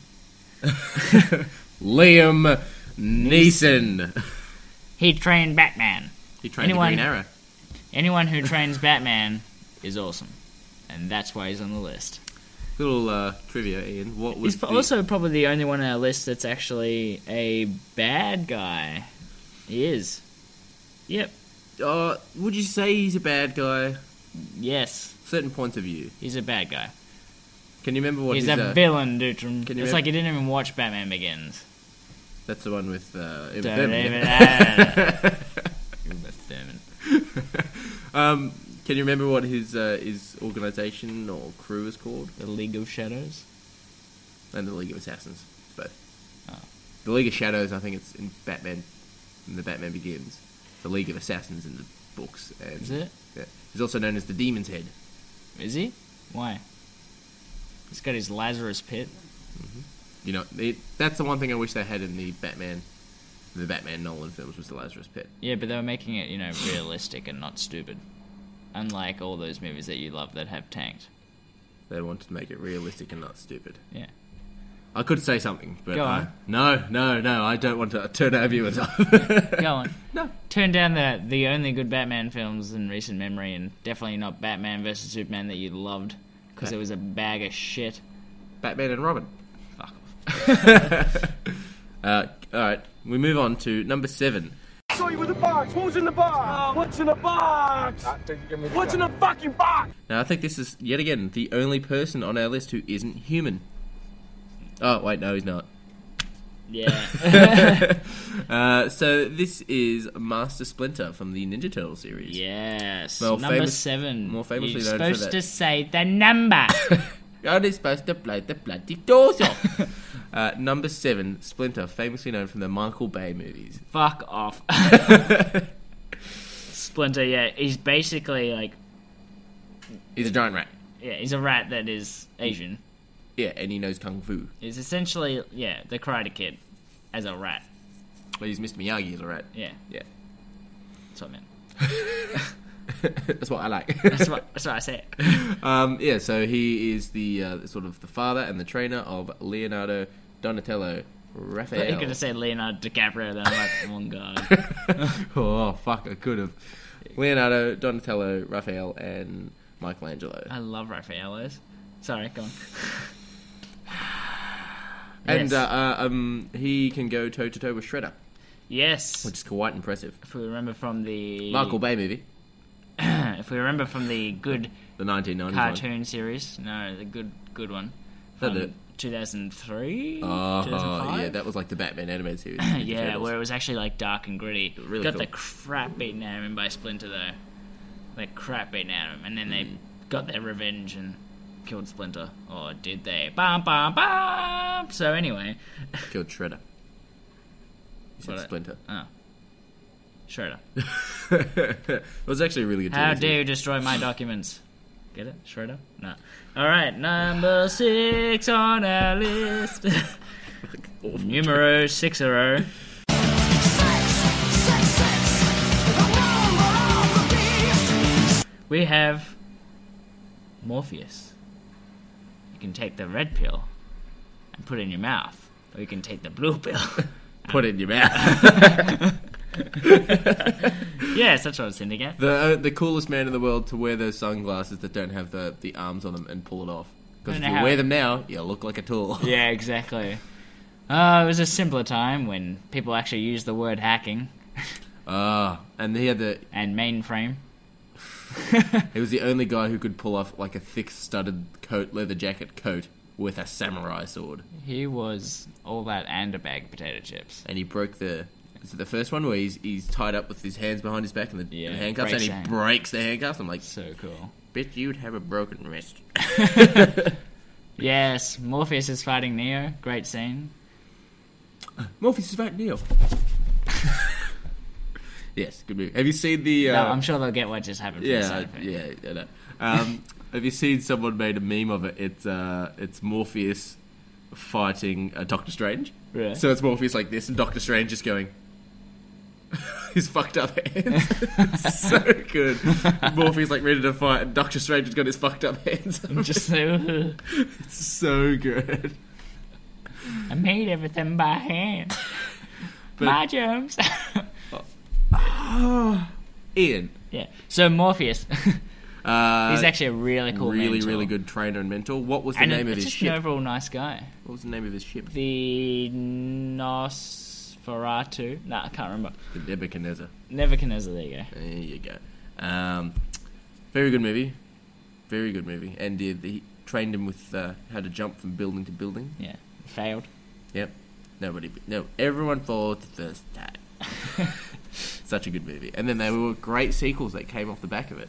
Speaker 4: Liam Neeson.
Speaker 3: He trained Batman.
Speaker 4: He trained
Speaker 3: Anyone-
Speaker 4: the Green Arrow.
Speaker 3: Anyone who trains Batman is awesome. And that's why he's on the list.
Speaker 4: Little uh, trivia, Ian. What was
Speaker 3: He's
Speaker 4: the-
Speaker 3: also probably the only one on our list that's actually a bad guy. He is. Yep.
Speaker 4: Uh, would you say he's a bad guy?
Speaker 3: Yes.
Speaker 4: Certain points of view.
Speaker 3: He's a bad guy.
Speaker 4: Can you remember what
Speaker 3: he's
Speaker 4: his,
Speaker 3: a
Speaker 4: uh,
Speaker 3: villain, Dutram. It's
Speaker 4: Can you
Speaker 3: like he didn't even watch Batman Begins.
Speaker 4: That's the one with uh, Uma
Speaker 3: Don't
Speaker 4: Thurman.
Speaker 3: even- ah. Uma Thurman.
Speaker 4: Um, can you remember what his uh, his organization or crew is called?
Speaker 3: The League of Shadows.
Speaker 4: And the League of Assassins, but
Speaker 3: Ah.
Speaker 4: the League of Shadows. I think it's in Batman. In the Batman Begins, the League of Assassins in the books. And
Speaker 3: Is it?
Speaker 4: Yeah. He's also known as the Demon's Head.
Speaker 3: Is he? Why? He's got his Lazarus pit.
Speaker 4: You know, they, that's the one thing I wish they had in the Batman, the Batman Nolan films was the Lazarus Pit.
Speaker 3: Yeah, but they were making it, you know, realistic and not stupid. Unlike all those movies that you love that have tanked.
Speaker 4: They wanted to make it realistic and not stupid.
Speaker 3: Yeah.
Speaker 4: I could say something, but
Speaker 3: Go
Speaker 4: uh,
Speaker 3: on.
Speaker 4: no, no, no. I don't want to turn our viewers off.
Speaker 3: Go on.
Speaker 4: No.
Speaker 3: Turn down the the only good Batman films in recent memory, and definitely not Batman versus Superman that you loved because it was a bag of shit.
Speaker 4: Batman and Robin. Fuck off. uh, all right, we move on to number seven.
Speaker 5: Saw you with the box. What was in the box? what's in the box? What's in the fucking box?
Speaker 4: Now, I think this is yet again the only person on our list who isn't human. Oh wait, no, he's not.
Speaker 3: Yeah.
Speaker 4: Uh, so this is Master Splinter from the Ninja Turtle series.
Speaker 3: yes.
Speaker 4: Well,
Speaker 3: number
Speaker 4: famous-
Speaker 3: seven.
Speaker 4: more famously
Speaker 3: You're
Speaker 4: known for
Speaker 3: supposed
Speaker 4: that.
Speaker 3: to say the number.
Speaker 4: God is supposed to blow the bloody doors off. uh, number seven, Splinter, famously known from the Michael Bay movies.
Speaker 3: Fuck off. Splinter. Yeah, he's basically like
Speaker 4: He's a giant rat.
Speaker 3: yeah, he's a rat that is Asian.
Speaker 4: Yeah, and he knows kung fu.
Speaker 3: He's essentially yeah the Karate Kid as a rat.
Speaker 4: Well, he's Mr. Miyagi as a rat.
Speaker 3: Yeah,
Speaker 4: Yeah,
Speaker 3: that's what I meant.
Speaker 4: that's what I like.
Speaker 3: That's what that's what I said.
Speaker 4: Um, yeah, so he is the uh, sort of the father and the trainer of Leonardo Donatello
Speaker 3: I thought you were
Speaker 4: Raphael.
Speaker 3: gonna say Leonardo DiCaprio. Then I'm like, oh god.
Speaker 4: oh fuck, I could have. Leonardo Donatello Raphael and Michelangelo.
Speaker 3: I love Raphaelos. Sorry, go on.
Speaker 4: And
Speaker 3: yes.
Speaker 4: uh, uh, um, he can go toe to toe with Shredder,
Speaker 3: yes,
Speaker 4: which is quite impressive.
Speaker 3: if we remember from the
Speaker 4: Michael Bay movie,
Speaker 3: if we remember from the good
Speaker 4: the 1990s one.
Speaker 3: cartoon series, no, the good good one Um,
Speaker 4: that
Speaker 3: from
Speaker 4: the-
Speaker 3: 2003,
Speaker 4: Oh,
Speaker 3: 2005?
Speaker 4: yeah, that was like the Batman animated series.
Speaker 3: Yeah,
Speaker 4: Turtles.
Speaker 3: where it was actually like dark and gritty.
Speaker 4: Really
Speaker 3: got
Speaker 4: cool.
Speaker 3: the crap beaten out of him by Splinter though. The crap beaten out of him, and then
Speaker 4: Mm.
Speaker 3: they got their revenge and killed Splinter, or did they? Bum bum bum. So anyway,
Speaker 4: killed Shredder. He said
Speaker 3: What?
Speaker 4: Splinter.
Speaker 3: Oh. Schroeder.
Speaker 4: it was actually a really good.
Speaker 3: How
Speaker 4: tweet.
Speaker 3: dare you destroy my documents? Get it, Schroeder? No. All right, number six on our list. Numero sixero. We have Morpheus. You can take the red pill and put it in your mouth, or you can take the blue pill.
Speaker 4: put it in your mouth?
Speaker 3: yes, that's what I was hinting at.
Speaker 4: the uh, the coolest man in the world to wear those sunglasses that don't have the, the arms on them and pull it off. Because
Speaker 3: And
Speaker 4: if you
Speaker 3: how-
Speaker 4: wear them now, you look like a tool.
Speaker 3: Yeah, exactly. Uh, it was a simpler time when people actually used the word hacking
Speaker 4: Ah, and he had the
Speaker 3: and mainframe.
Speaker 4: he was the only guy who could pull off like a thick studded coat leather jacket coat with a samurai sword.
Speaker 3: He was all that and a bag of potato chips.
Speaker 4: and he broke the. Is it the first one where he's he's tied up with his hands behind his back and the and
Speaker 3: Yeah,
Speaker 4: handcuffs, and
Speaker 3: breaks
Speaker 4: he
Speaker 3: the hand.
Speaker 4: breaks the handcuffs? I'm like,
Speaker 3: So cool.
Speaker 4: bitch, you'd have a broken wrist.
Speaker 3: Yes, Morpheus is fighting Neo. Great scene.
Speaker 4: Morpheus is back, Neil. yes, good movie. Have you seen the? Uh,
Speaker 3: No, I'm sure they'll get what just happened.
Speaker 4: yeah,
Speaker 3: Yeah,
Speaker 4: I- yeah, I know. Um, have you seen someone made a meme of it? It's uh, it's Morpheus fighting uh, Doctor Strange.
Speaker 3: Really?
Speaker 4: So it's Morpheus like this, and Doctor Strange just going. His fucked up hands. it's so good. Morpheus like ready to fight, and Doctor Strange has got his fucked up hands.
Speaker 3: Just so
Speaker 4: it's so good.
Speaker 3: I made everything by hand. My germs.
Speaker 4: Ian,
Speaker 3: yeah. So Morpheus,
Speaker 4: uh,
Speaker 3: he's actually a really cool,
Speaker 4: really,
Speaker 3: mentor.
Speaker 4: really good trainer and mentor. What was the
Speaker 3: and
Speaker 4: name
Speaker 3: a-
Speaker 4: of his
Speaker 3: just
Speaker 4: ship?
Speaker 3: an overall nice guy.
Speaker 4: What was the name of his ship?
Speaker 3: The Nosferatu. Nah, I can't remember.
Speaker 4: The Nebuchadnezzar.
Speaker 3: Nebuchadnezzar. There you go.
Speaker 4: There you go. Um, very good movie. Very good movie. And uh, he trained him with uh, how to jump from building to building.
Speaker 3: Yeah, failed.
Speaker 4: Yep. Nobody. No. Everyone falls the first time. Such a good movie. And then there were great sequels that came off the back of it.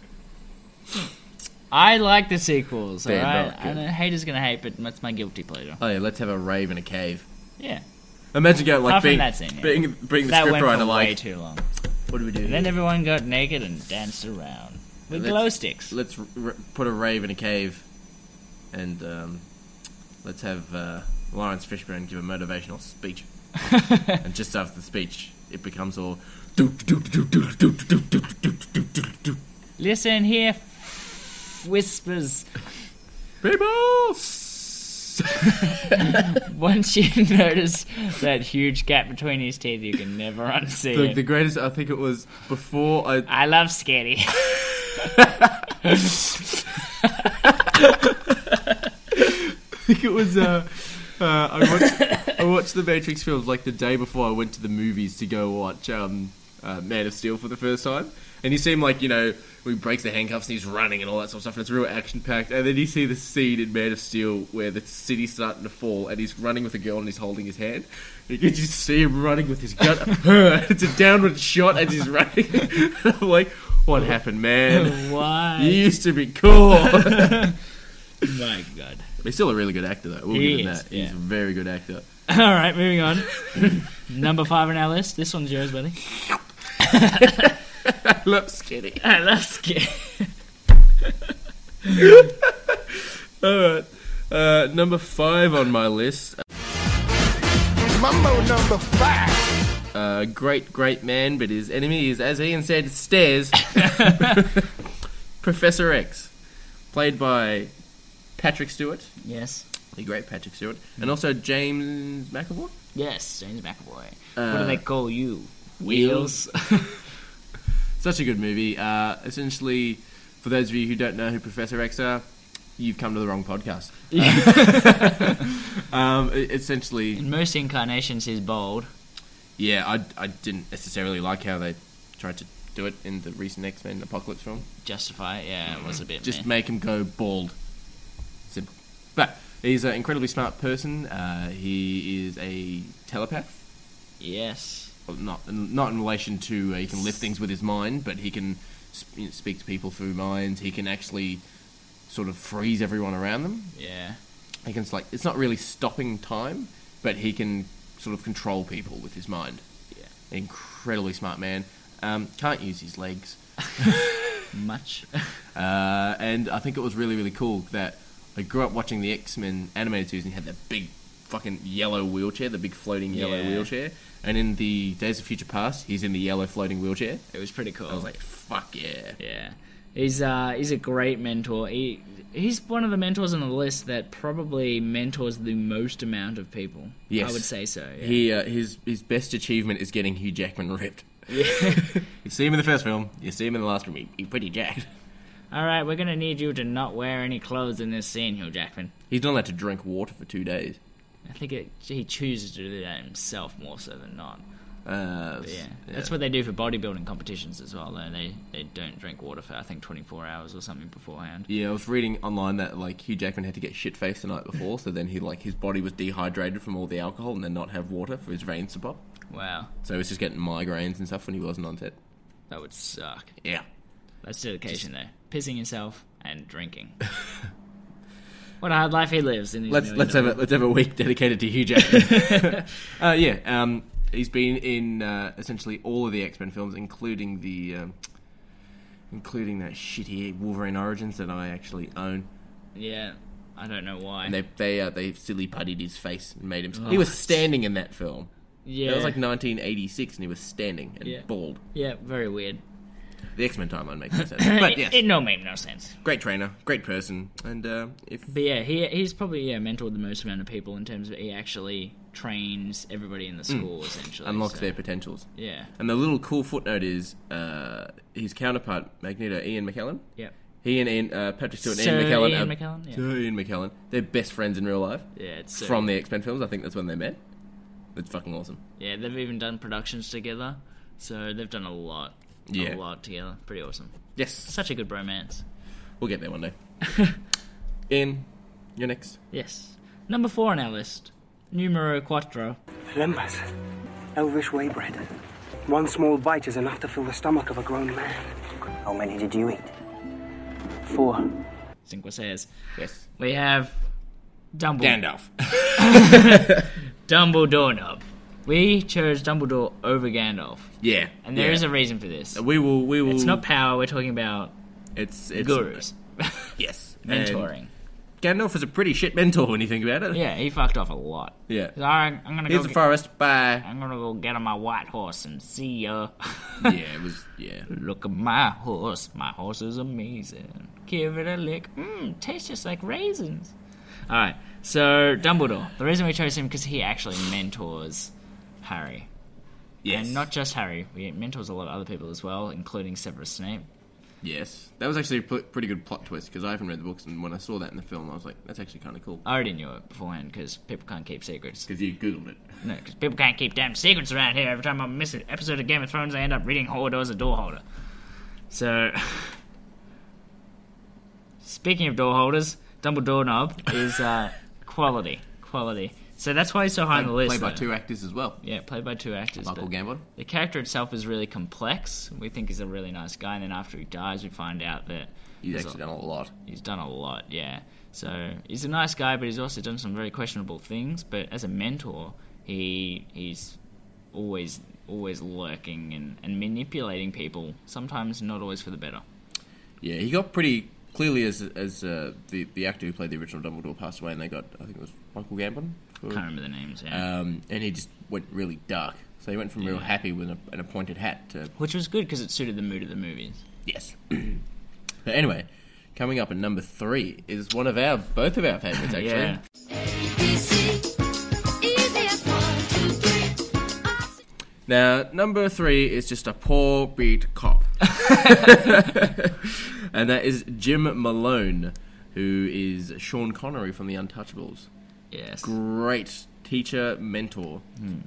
Speaker 3: I like the sequels,
Speaker 4: They're
Speaker 3: alright?
Speaker 4: not good.
Speaker 3: I know haters gonna hate, but that's my guilty pleasure.
Speaker 4: Oh yeah, let's have a rave in a cave.
Speaker 3: Yeah.
Speaker 4: Imagine going like
Speaker 3: Apart from
Speaker 4: being,
Speaker 3: that scene, yeah.
Speaker 4: being being the
Speaker 3: That went for
Speaker 4: scriptwriter
Speaker 3: way
Speaker 4: like,
Speaker 3: too long.
Speaker 4: what do we do?
Speaker 3: And then everyone got naked and danced around. With
Speaker 4: Let's-
Speaker 3: glow sticks.
Speaker 4: let's r- r- put a rave in a cave, and um, let's have uh, Lawrence Fishburne give a motivational speech. and just after the speech, it becomes all. People,
Speaker 3: Listen here, whispers. Once you notice that huge gap between his teeth, you can never unsee
Speaker 4: the,
Speaker 3: it.
Speaker 4: the greatest. I think it was before I.
Speaker 3: I love Scary.
Speaker 4: I think it was. Uh, uh, I watched. I watched the Matrix films like the day before I went to the movies to go watch um, uh, Man of Steel for the first time, and you see him like you know when he breaks the handcuffs and he's running and all that sort of stuff, and it's real action packed. And then you see the scene in Man of Steel where the city's starting to fall, and he's running with a girl and he's holding his hand. You can just see him running with his gun. it's a downward shot as he's running. I'm like, what happened, man?
Speaker 3: Why?
Speaker 4: You used to be cool.
Speaker 3: Oh My god.
Speaker 4: He's still a really good actor, though. We'll
Speaker 3: He
Speaker 4: give him
Speaker 3: is,
Speaker 4: that.
Speaker 3: yeah.
Speaker 4: He's a very good actor.
Speaker 3: Alright, moving on. Number five on our list. This one's yours, buddy.
Speaker 4: Love skinny.
Speaker 3: I love Scary.
Speaker 4: All right. Uh, number five on my list.
Speaker 8: Mumbo number five.
Speaker 4: Uh, great, great man, but his enemy is, as Ian said, stairs. Professor X, played by Patrick Stewart,
Speaker 3: Yes.
Speaker 4: the great Patrick Stewart, and also James McAvoy.
Speaker 3: Yes, James McAvoy. what
Speaker 4: Uh,
Speaker 3: do they call you?
Speaker 4: Such a good movie. Uh, essentially, for those of you who don't know who Professor X are, you've come to the wrong podcast. um, e- essentially,
Speaker 3: In most incarnations, he's bald.
Speaker 4: yeah, I, I didn't necessarily like how they tried to do it in the recent X Men Apocalypse film.
Speaker 3: Justify it. Yeah, it was a bit.
Speaker 4: Just
Speaker 3: meh.
Speaker 4: make him go bald. Simple. But he's an incredibly smart person. Uh, he is a telepath.
Speaker 3: yes.
Speaker 4: Well, Not not in relation to uh, he can lift things with his mind, but he can sp- you know, speak to people through minds. He can actually sort of freeze everyone around them.
Speaker 3: Yeah.
Speaker 4: He can s- like it's not really stopping time, but he can sort of control people with his mind.
Speaker 3: Yeah.
Speaker 4: An incredibly smart man. Um, can't use his legs.
Speaker 3: Much.
Speaker 4: Uh, and I think it was really, really cool that I grew up watching the X Men animated series and had that big fucking yellow wheelchair, the big floating yellow
Speaker 3: Yeah.
Speaker 4: wheelchair. And in the Days of Future Past, he's in the yellow floating wheelchair.
Speaker 3: It was pretty cool.
Speaker 4: I was like, fuck yeah.
Speaker 3: Yeah, he's uh, he's a great mentor. He he's one of the mentors on the list that probably mentors the most amount of people.
Speaker 4: Yes.
Speaker 3: I would say so. Yeah.
Speaker 4: He uh, his his best achievement is getting Hugh Jackman ripped. you see him in the first film. You see him in the last film. He, he's pretty jacked.
Speaker 3: All right, we're gonna need you to not wear any clothes in this scene, Hugh Jackman.
Speaker 4: He's not allowed to drink water for two days.
Speaker 3: I think it, he chooses to do that himself more so than not.
Speaker 4: Uh,
Speaker 3: But yeah, that's what they do for bodybuilding competitions as well. Though they they don't drink water for I think 24 hours or something beforehand.
Speaker 4: Yeah, I was reading online that like Hugh Jackman had to get shit faced the night before, so then he like his body was dehydrated from all the alcohol and then not have water for his veins to pop.
Speaker 3: Wow,
Speaker 4: So he was just getting migraines and stuff when he wasn't on set.
Speaker 3: that would suck.
Speaker 4: Yeah.
Speaker 3: That's dedication, though. Pissing yourself and drinking. what a hard life he lives. In these
Speaker 4: Let's
Speaker 3: million
Speaker 4: let's have a let's have a week dedicated to Hugh Jackman. uh, yeah, um, he's been in uh, essentially all of the X Men films, including the um, including that shitty Wolverine Origins that I actually own.
Speaker 3: Yeah, I don't know why.
Speaker 4: And they they uh, they silly puttied his face and made him. he was standing in that film.
Speaker 3: Oh, yeah,
Speaker 4: That was like 1986, and he was standing and
Speaker 3: Yeah.
Speaker 4: bald.
Speaker 3: yeah, very weird.
Speaker 4: The X Men timeline makes no sense. But yes,
Speaker 3: it, it no made no sense.
Speaker 4: great trainer, great person, and uh, if
Speaker 3: But yeah, he he's probably yeah mentored the most amount of people in terms of he actually trains everybody in the school essentially.
Speaker 4: Hmm. unlocks
Speaker 3: so,
Speaker 4: their potentials.
Speaker 3: yeah,
Speaker 4: And the little cool footnote is uh, his counterpart, Magneto, Ian McKellen.
Speaker 3: yeah,
Speaker 4: He and Ian, uh, Patrick Stewart and
Speaker 3: Sir
Speaker 4: Ian McKellen.
Speaker 3: Ian
Speaker 4: are-
Speaker 3: McKellen, yeah.
Speaker 4: Sir Ian McKellen. They're best friends in real life.
Speaker 3: yeah. It's uh, so-
Speaker 4: From the X Men films, I think that's when they met. That's fucking awesome.
Speaker 3: yeah, they've even done productions together, so they've done a lot,
Speaker 4: Yeah.
Speaker 3: a lot together. Pretty awesome.
Speaker 4: Yes,
Speaker 3: Such a good bromance.
Speaker 4: we'll get there one day. Ian, you're next.
Speaker 3: Yes. Number four on our list, numero quattro.
Speaker 10: Limbus. Elvish way bread. One small bite is enough to fill the stomach of a grown man. How many did you eat? Four.
Speaker 3: Cinque says.
Speaker 4: Yes,
Speaker 3: We have Dumbledore.
Speaker 4: Gandalf.
Speaker 3: Dumbledore knob. We chose Dumbledore over Gandalf,
Speaker 4: yeah,
Speaker 3: and there
Speaker 4: yeah.
Speaker 3: is a reason for this.
Speaker 4: We will. We will.
Speaker 3: It's not power. We're talking about
Speaker 4: It's, it's
Speaker 3: gurus,
Speaker 4: Yes, And
Speaker 3: mentoring.
Speaker 4: Gandalf is a pretty shit mentor when you think about it.
Speaker 3: yeah, he fucked off a lot.
Speaker 4: Yeah.
Speaker 3: He's, All right, I'm gonna
Speaker 4: Here's
Speaker 3: go.
Speaker 4: the
Speaker 3: Get,
Speaker 4: forest. Bye.
Speaker 3: I'm gonna go get on my white horse and see ya.
Speaker 4: yeah, it was. Yeah.
Speaker 3: Look at my horse. My horse is amazing. Give it a lick. Mmm, tastes just like raisins. All right. So Dumbledore. The reason we chose him because he actually mentors Harry.
Speaker 4: Yes.
Speaker 3: And not just Harry. He mentors a lot of other people as well, including Severus Snape.
Speaker 4: Yes, that was actually a pl- pretty good plot twist because I haven't read the books, and when I saw that in the film, I was like, "That's actually kind of cool."
Speaker 3: I already knew it beforehand because people can't keep secrets.
Speaker 4: Because you googled it.
Speaker 3: No, because people can't keep damn secrets around here. Every time I miss an episode of Game of Thrones, I end up reading Hodor as a door holder. So, speaking of door holders, Dumbledore Knob is uh, quality, quality. So that's why he's so high on the list.
Speaker 4: Played by
Speaker 3: though.
Speaker 4: two actors as well.
Speaker 3: Yeah, played by two actors.
Speaker 4: Michael
Speaker 3: but-
Speaker 4: Gambon.
Speaker 3: the character itself is really complex. We think he's a really nice guy, and then after he dies, we find out that
Speaker 4: He's
Speaker 3: there's a-
Speaker 4: actually done a lot.
Speaker 3: he's done a lot, yeah. So he's a nice guy, but he's also done some very questionable things. But as a mentor, he he's always always lurking and, and manipulating people. Sometimes not always for the better.
Speaker 4: Yeah, he got pretty clearly as as uh, the the actor who played the original Dumbledore passed away, and they got I think it was Michael Gambon.
Speaker 3: Can't remember the names, yeah.
Speaker 4: Um, and he just went really dark. So he went from real happy with a, an appointed hat to
Speaker 3: Which was good because it suited the mood of the movies.
Speaker 4: Yes. but anyway, coming up at number three is one of our both of our favorites actually.
Speaker 3: Yeah.
Speaker 4: Now number three is just a poor beat cop, and that is Jim Malone, who is Sean Connery from The Untouchables.
Speaker 3: Yes.
Speaker 4: Great teacher mentor.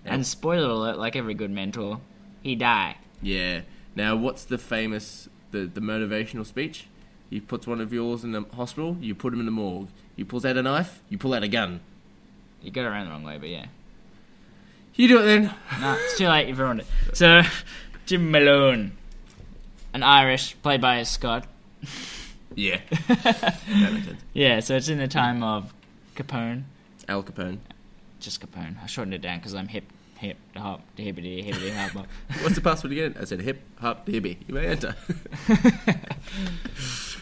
Speaker 3: And spoiler alert, like every good mentor, he died.
Speaker 4: Yeah. Now what's the famous the the motivational speech? He puts one of yours in the hospital. You put him in the morgue. He pulls out a knife. You pull out a gun.
Speaker 3: You got it around the wrong way, but yeah.
Speaker 4: You do it then.
Speaker 3: No, it's too late. You've ruined it. So, Jim Malone, an Irish, played by a Scot.
Speaker 4: Yeah. that makes sense.
Speaker 3: Yeah, so it's in the time of Capone.
Speaker 4: Al Capone.
Speaker 3: Just Capone. I shortened it down because I'm hip, hip hop hippity hippity hop hop.
Speaker 4: What's the password again? I said hip hop dibby. You may enter.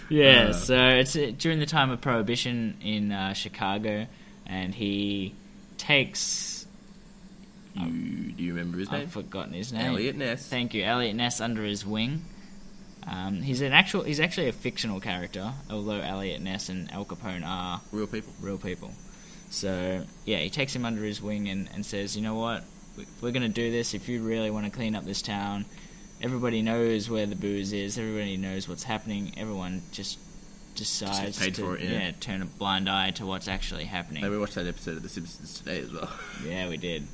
Speaker 3: Yeah,
Speaker 4: Uh,
Speaker 3: so it's uh, during the time of Prohibition in uh, Chicago, and he takes.
Speaker 4: You, do you remember his name?
Speaker 3: I've forgotten his name.
Speaker 4: Elliot Ness.
Speaker 3: Thank you, Elliot Ness, under his wing. Um, he's an actual. He's actually a fictional character, although Elliot Ness and Al Capone are
Speaker 4: Real people.
Speaker 3: real people. So yeah, he takes him under his wing and, and says, you know what, We- we're gonna do this. If you really want to clean up this town, everybody knows where the booze is. Everybody knows what's happening. Everyone just decides
Speaker 4: paid
Speaker 3: to
Speaker 4: for it, yeah.
Speaker 3: turn a blind eye to what's actually happening.
Speaker 4: And we watched that episode of The Simpsons today as well.
Speaker 3: Yeah, we did.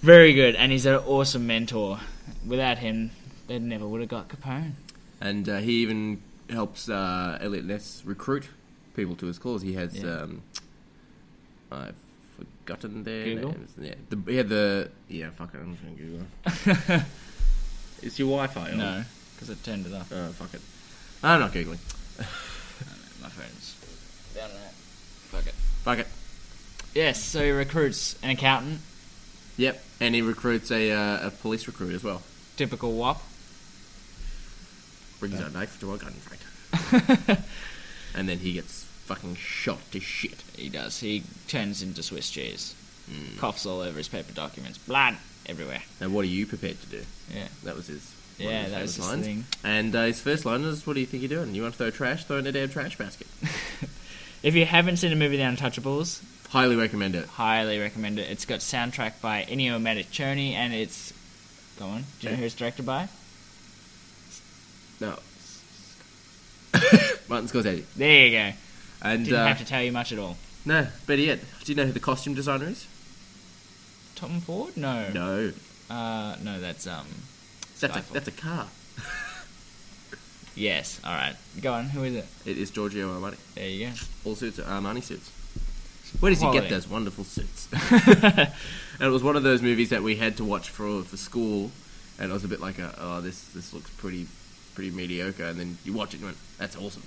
Speaker 3: Very good, and he's an awesome mentor. Without him, they never would have got Capone.
Speaker 4: And uh, he even helps uh, Elliot Ness recruit people to his cause. He has.
Speaker 3: Yeah.
Speaker 4: Um, I've forgotten their
Speaker 3: Google?
Speaker 4: names. Yeah, the, yeah, the yeah. Fuck it, I'm just gonna Google. Is your Wi-Fi on?
Speaker 3: No, because it turned it off.
Speaker 4: Oh, fuck it. I'm not googling.
Speaker 3: My phone's down there. Fuck it.
Speaker 4: Fuck it.
Speaker 3: Yes, so he recruits an accountant,
Speaker 4: Yep. And he recruits a, uh, a police recruit as well.
Speaker 3: typical WAP.
Speaker 4: Brings out a knife to a gunfight. and then he gets fucking shot to shit.
Speaker 3: He does. He turns into Swiss cheese.
Speaker 4: Hmm.
Speaker 3: Coughs all over his paper documents. Blood everywhere.
Speaker 4: Now, what are you prepared to do?
Speaker 3: Yeah.
Speaker 4: That was his. one of
Speaker 3: Yeah,
Speaker 4: his
Speaker 3: that was his
Speaker 4: famous lines.
Speaker 3: thing.
Speaker 4: And uh, his first line is, "What do you think you're doing? You want to throw trash? Throw in a damn trash basket."
Speaker 3: If you haven't seen the movie The Untouchables,
Speaker 4: Highly recommend it.
Speaker 3: highly recommend it. It's got soundtrack by Ennio Morricone, and it's go on. Do you know who it's directed by?
Speaker 4: No. Martin Scorsese.
Speaker 3: There you go.
Speaker 4: And
Speaker 3: Didn't
Speaker 4: uh,
Speaker 3: have to tell you much at all.
Speaker 4: no, better yet, do you know who the costume designer is?
Speaker 3: Tom Ford? No.
Speaker 4: No,
Speaker 3: Uh, no, that's um.
Speaker 4: that's
Speaker 3: Skyfall.
Speaker 4: a, that's a car.
Speaker 3: Yes. All right. Go on. Who is it?
Speaker 4: It is Giorgio Armani.
Speaker 3: There you go.
Speaker 4: All suits are Armani suits. Where does he
Speaker 3: Quality.
Speaker 4: get those wonderful suits? and it was one of those movies that we had to watch for for school, and it was a bit like, a, oh, this this looks pretty pretty mediocre, and then you watch it and you went, that's awesome,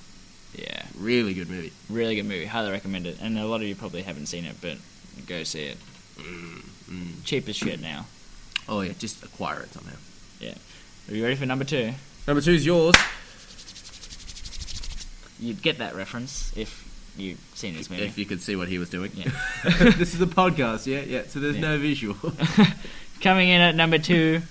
Speaker 3: Yeah.
Speaker 4: really good movie.
Speaker 3: Really good movie. Highly recommend it. And a lot of you probably haven't seen it, but go see it. Cheap as shit now.
Speaker 4: Oh yeah, just acquire it somehow.
Speaker 3: Yeah. Are you ready for number two?
Speaker 4: Number two's yours.
Speaker 3: You'd get that reference if you've seen this movie.
Speaker 4: If you could see what he was doing.
Speaker 3: Yeah.
Speaker 4: this is a podcast, yeah, yeah. So there's no visual.
Speaker 3: Coming in at number two,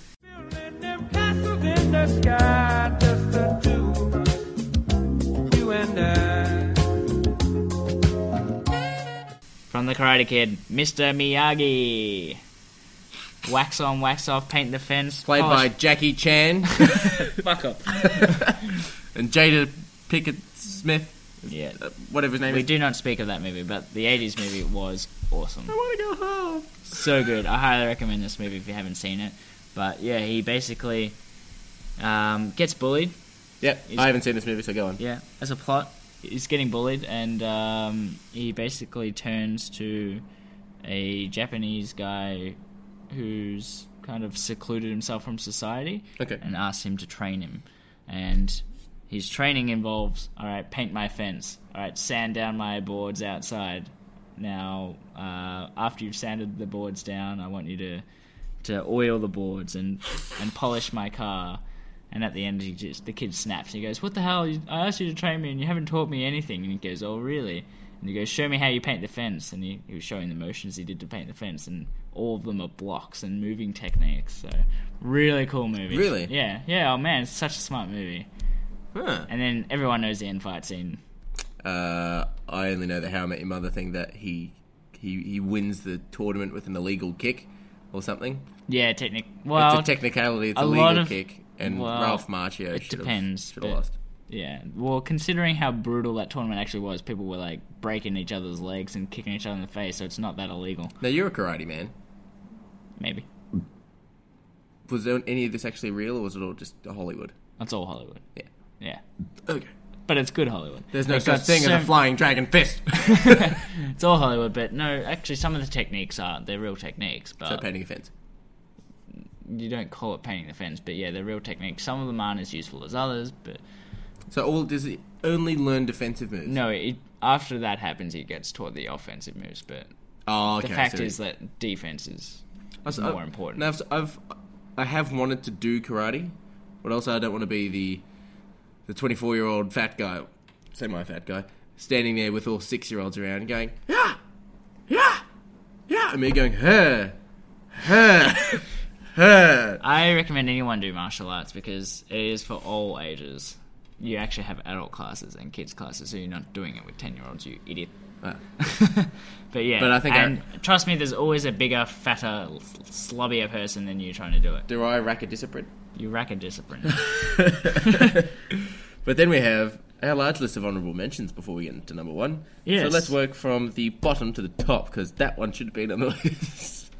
Speaker 3: from the Karate Kid, Mr. Miyagi. Wax on, wax off, paint the fence.
Speaker 4: Played by
Speaker 3: polish-
Speaker 4: Jackie Chan
Speaker 3: fuck up.
Speaker 4: and Jada Pickett Smith,
Speaker 3: yeah.
Speaker 4: uh, whatever his name
Speaker 3: We
Speaker 4: is.
Speaker 3: do not speak of that movie, but the 80s movie was awesome.
Speaker 4: I want to go home.
Speaker 3: so good. I highly recommend this movie if you haven't seen it. But yeah, he basically um, gets bullied.
Speaker 4: Yep,
Speaker 3: He's-
Speaker 4: I haven't seen this movie, so go on.
Speaker 3: Yeah, as a plot, he's getting bullied, and um, he basically turns to a Japanese guy who's kind of secluded himself from society.
Speaker 4: Okay.
Speaker 3: And asks him to train him, and his training involves all right, paint my fence. All right, sand down my boards outside. Now, uh, after you've sanded the boards down, I want you to to oil the boards and and polish my car. And at the end, he just the kid snaps. and He goes, "What the hell? You- I asked you to train me, and you haven't taught me anything." And he goes, "Oh, really?" And he goes, "Show me how you paint the fence." And he, he was showing the motions he did to paint the fence, and all of them are blocks and moving techniques. So, really cool movie.
Speaker 4: Really?
Speaker 3: Yeah, yeah. Oh man, it's such a smart movie.
Speaker 4: Huh.
Speaker 3: And then everyone knows the end fight scene.
Speaker 4: Uh, I only know the How I Met Your Mother thing that he he he wins the tournament with an illegal kick or something.
Speaker 3: Yeah, technic. Well,
Speaker 4: it's a technicality. It's
Speaker 3: a
Speaker 4: a
Speaker 3: lot
Speaker 4: legal
Speaker 3: of-
Speaker 4: kick, and
Speaker 3: well,
Speaker 4: Ralph Macchio
Speaker 3: it
Speaker 4: should
Speaker 3: depends,
Speaker 4: have, should
Speaker 3: but-
Speaker 4: have lost.
Speaker 3: Yeah, well, considering how brutal that tournament actually was, people were like breaking each other's legs and kicking each other in the face, so it's not that illegal.
Speaker 4: Now you're a karate man.
Speaker 3: Maybe
Speaker 4: Was there any of this actually real, or was it all just Hollywood?
Speaker 3: that's all Hollywood.
Speaker 4: Yeah.
Speaker 3: Yeah,
Speaker 4: Okay.
Speaker 3: but it's good Hollywood.
Speaker 4: There's no
Speaker 3: It
Speaker 4: such
Speaker 3: got
Speaker 4: thing
Speaker 3: so-
Speaker 4: as a flying dragon fist.
Speaker 3: It's all Hollywood, but no, actually, some of the techniques are they're real techniques, but
Speaker 4: so painting a fence.
Speaker 3: you don't call it painting the fence. But yeah, they're real techniques. Some of them aren't as useful as others, but
Speaker 4: So all does he only learn defensive moves?
Speaker 3: no, it, after that happens, he gets taught the offensive moves. But
Speaker 4: Oh, okay.
Speaker 3: the fact
Speaker 4: so he-
Speaker 3: is that defense is
Speaker 4: That's
Speaker 3: more
Speaker 4: I've-
Speaker 3: important.
Speaker 4: Now I've, I've I have wanted to do karate, but also I don't want to be the the twenty four year old fat guy, semi fat guy, standing there with all six year olds around going yeah, yeah, yeah, and me going her, her, her.
Speaker 3: I recommend anyone do martial arts because it is for all ages. You actually have adult classes and kids classes, so you're not doing it with ten year olds, you idiot.
Speaker 4: Uh,
Speaker 3: but yeah,
Speaker 4: But I think I-
Speaker 3: and trust me, there's always a bigger, fatter, l- slobbier person than you trying to do it.
Speaker 4: Do I rack a discipline?
Speaker 3: You rack a discipline.
Speaker 4: But then we have our large list of honourable mentions before we get into number one. So
Speaker 3: Yes.
Speaker 4: let's work from the bottom to the top because that one should have been on the list.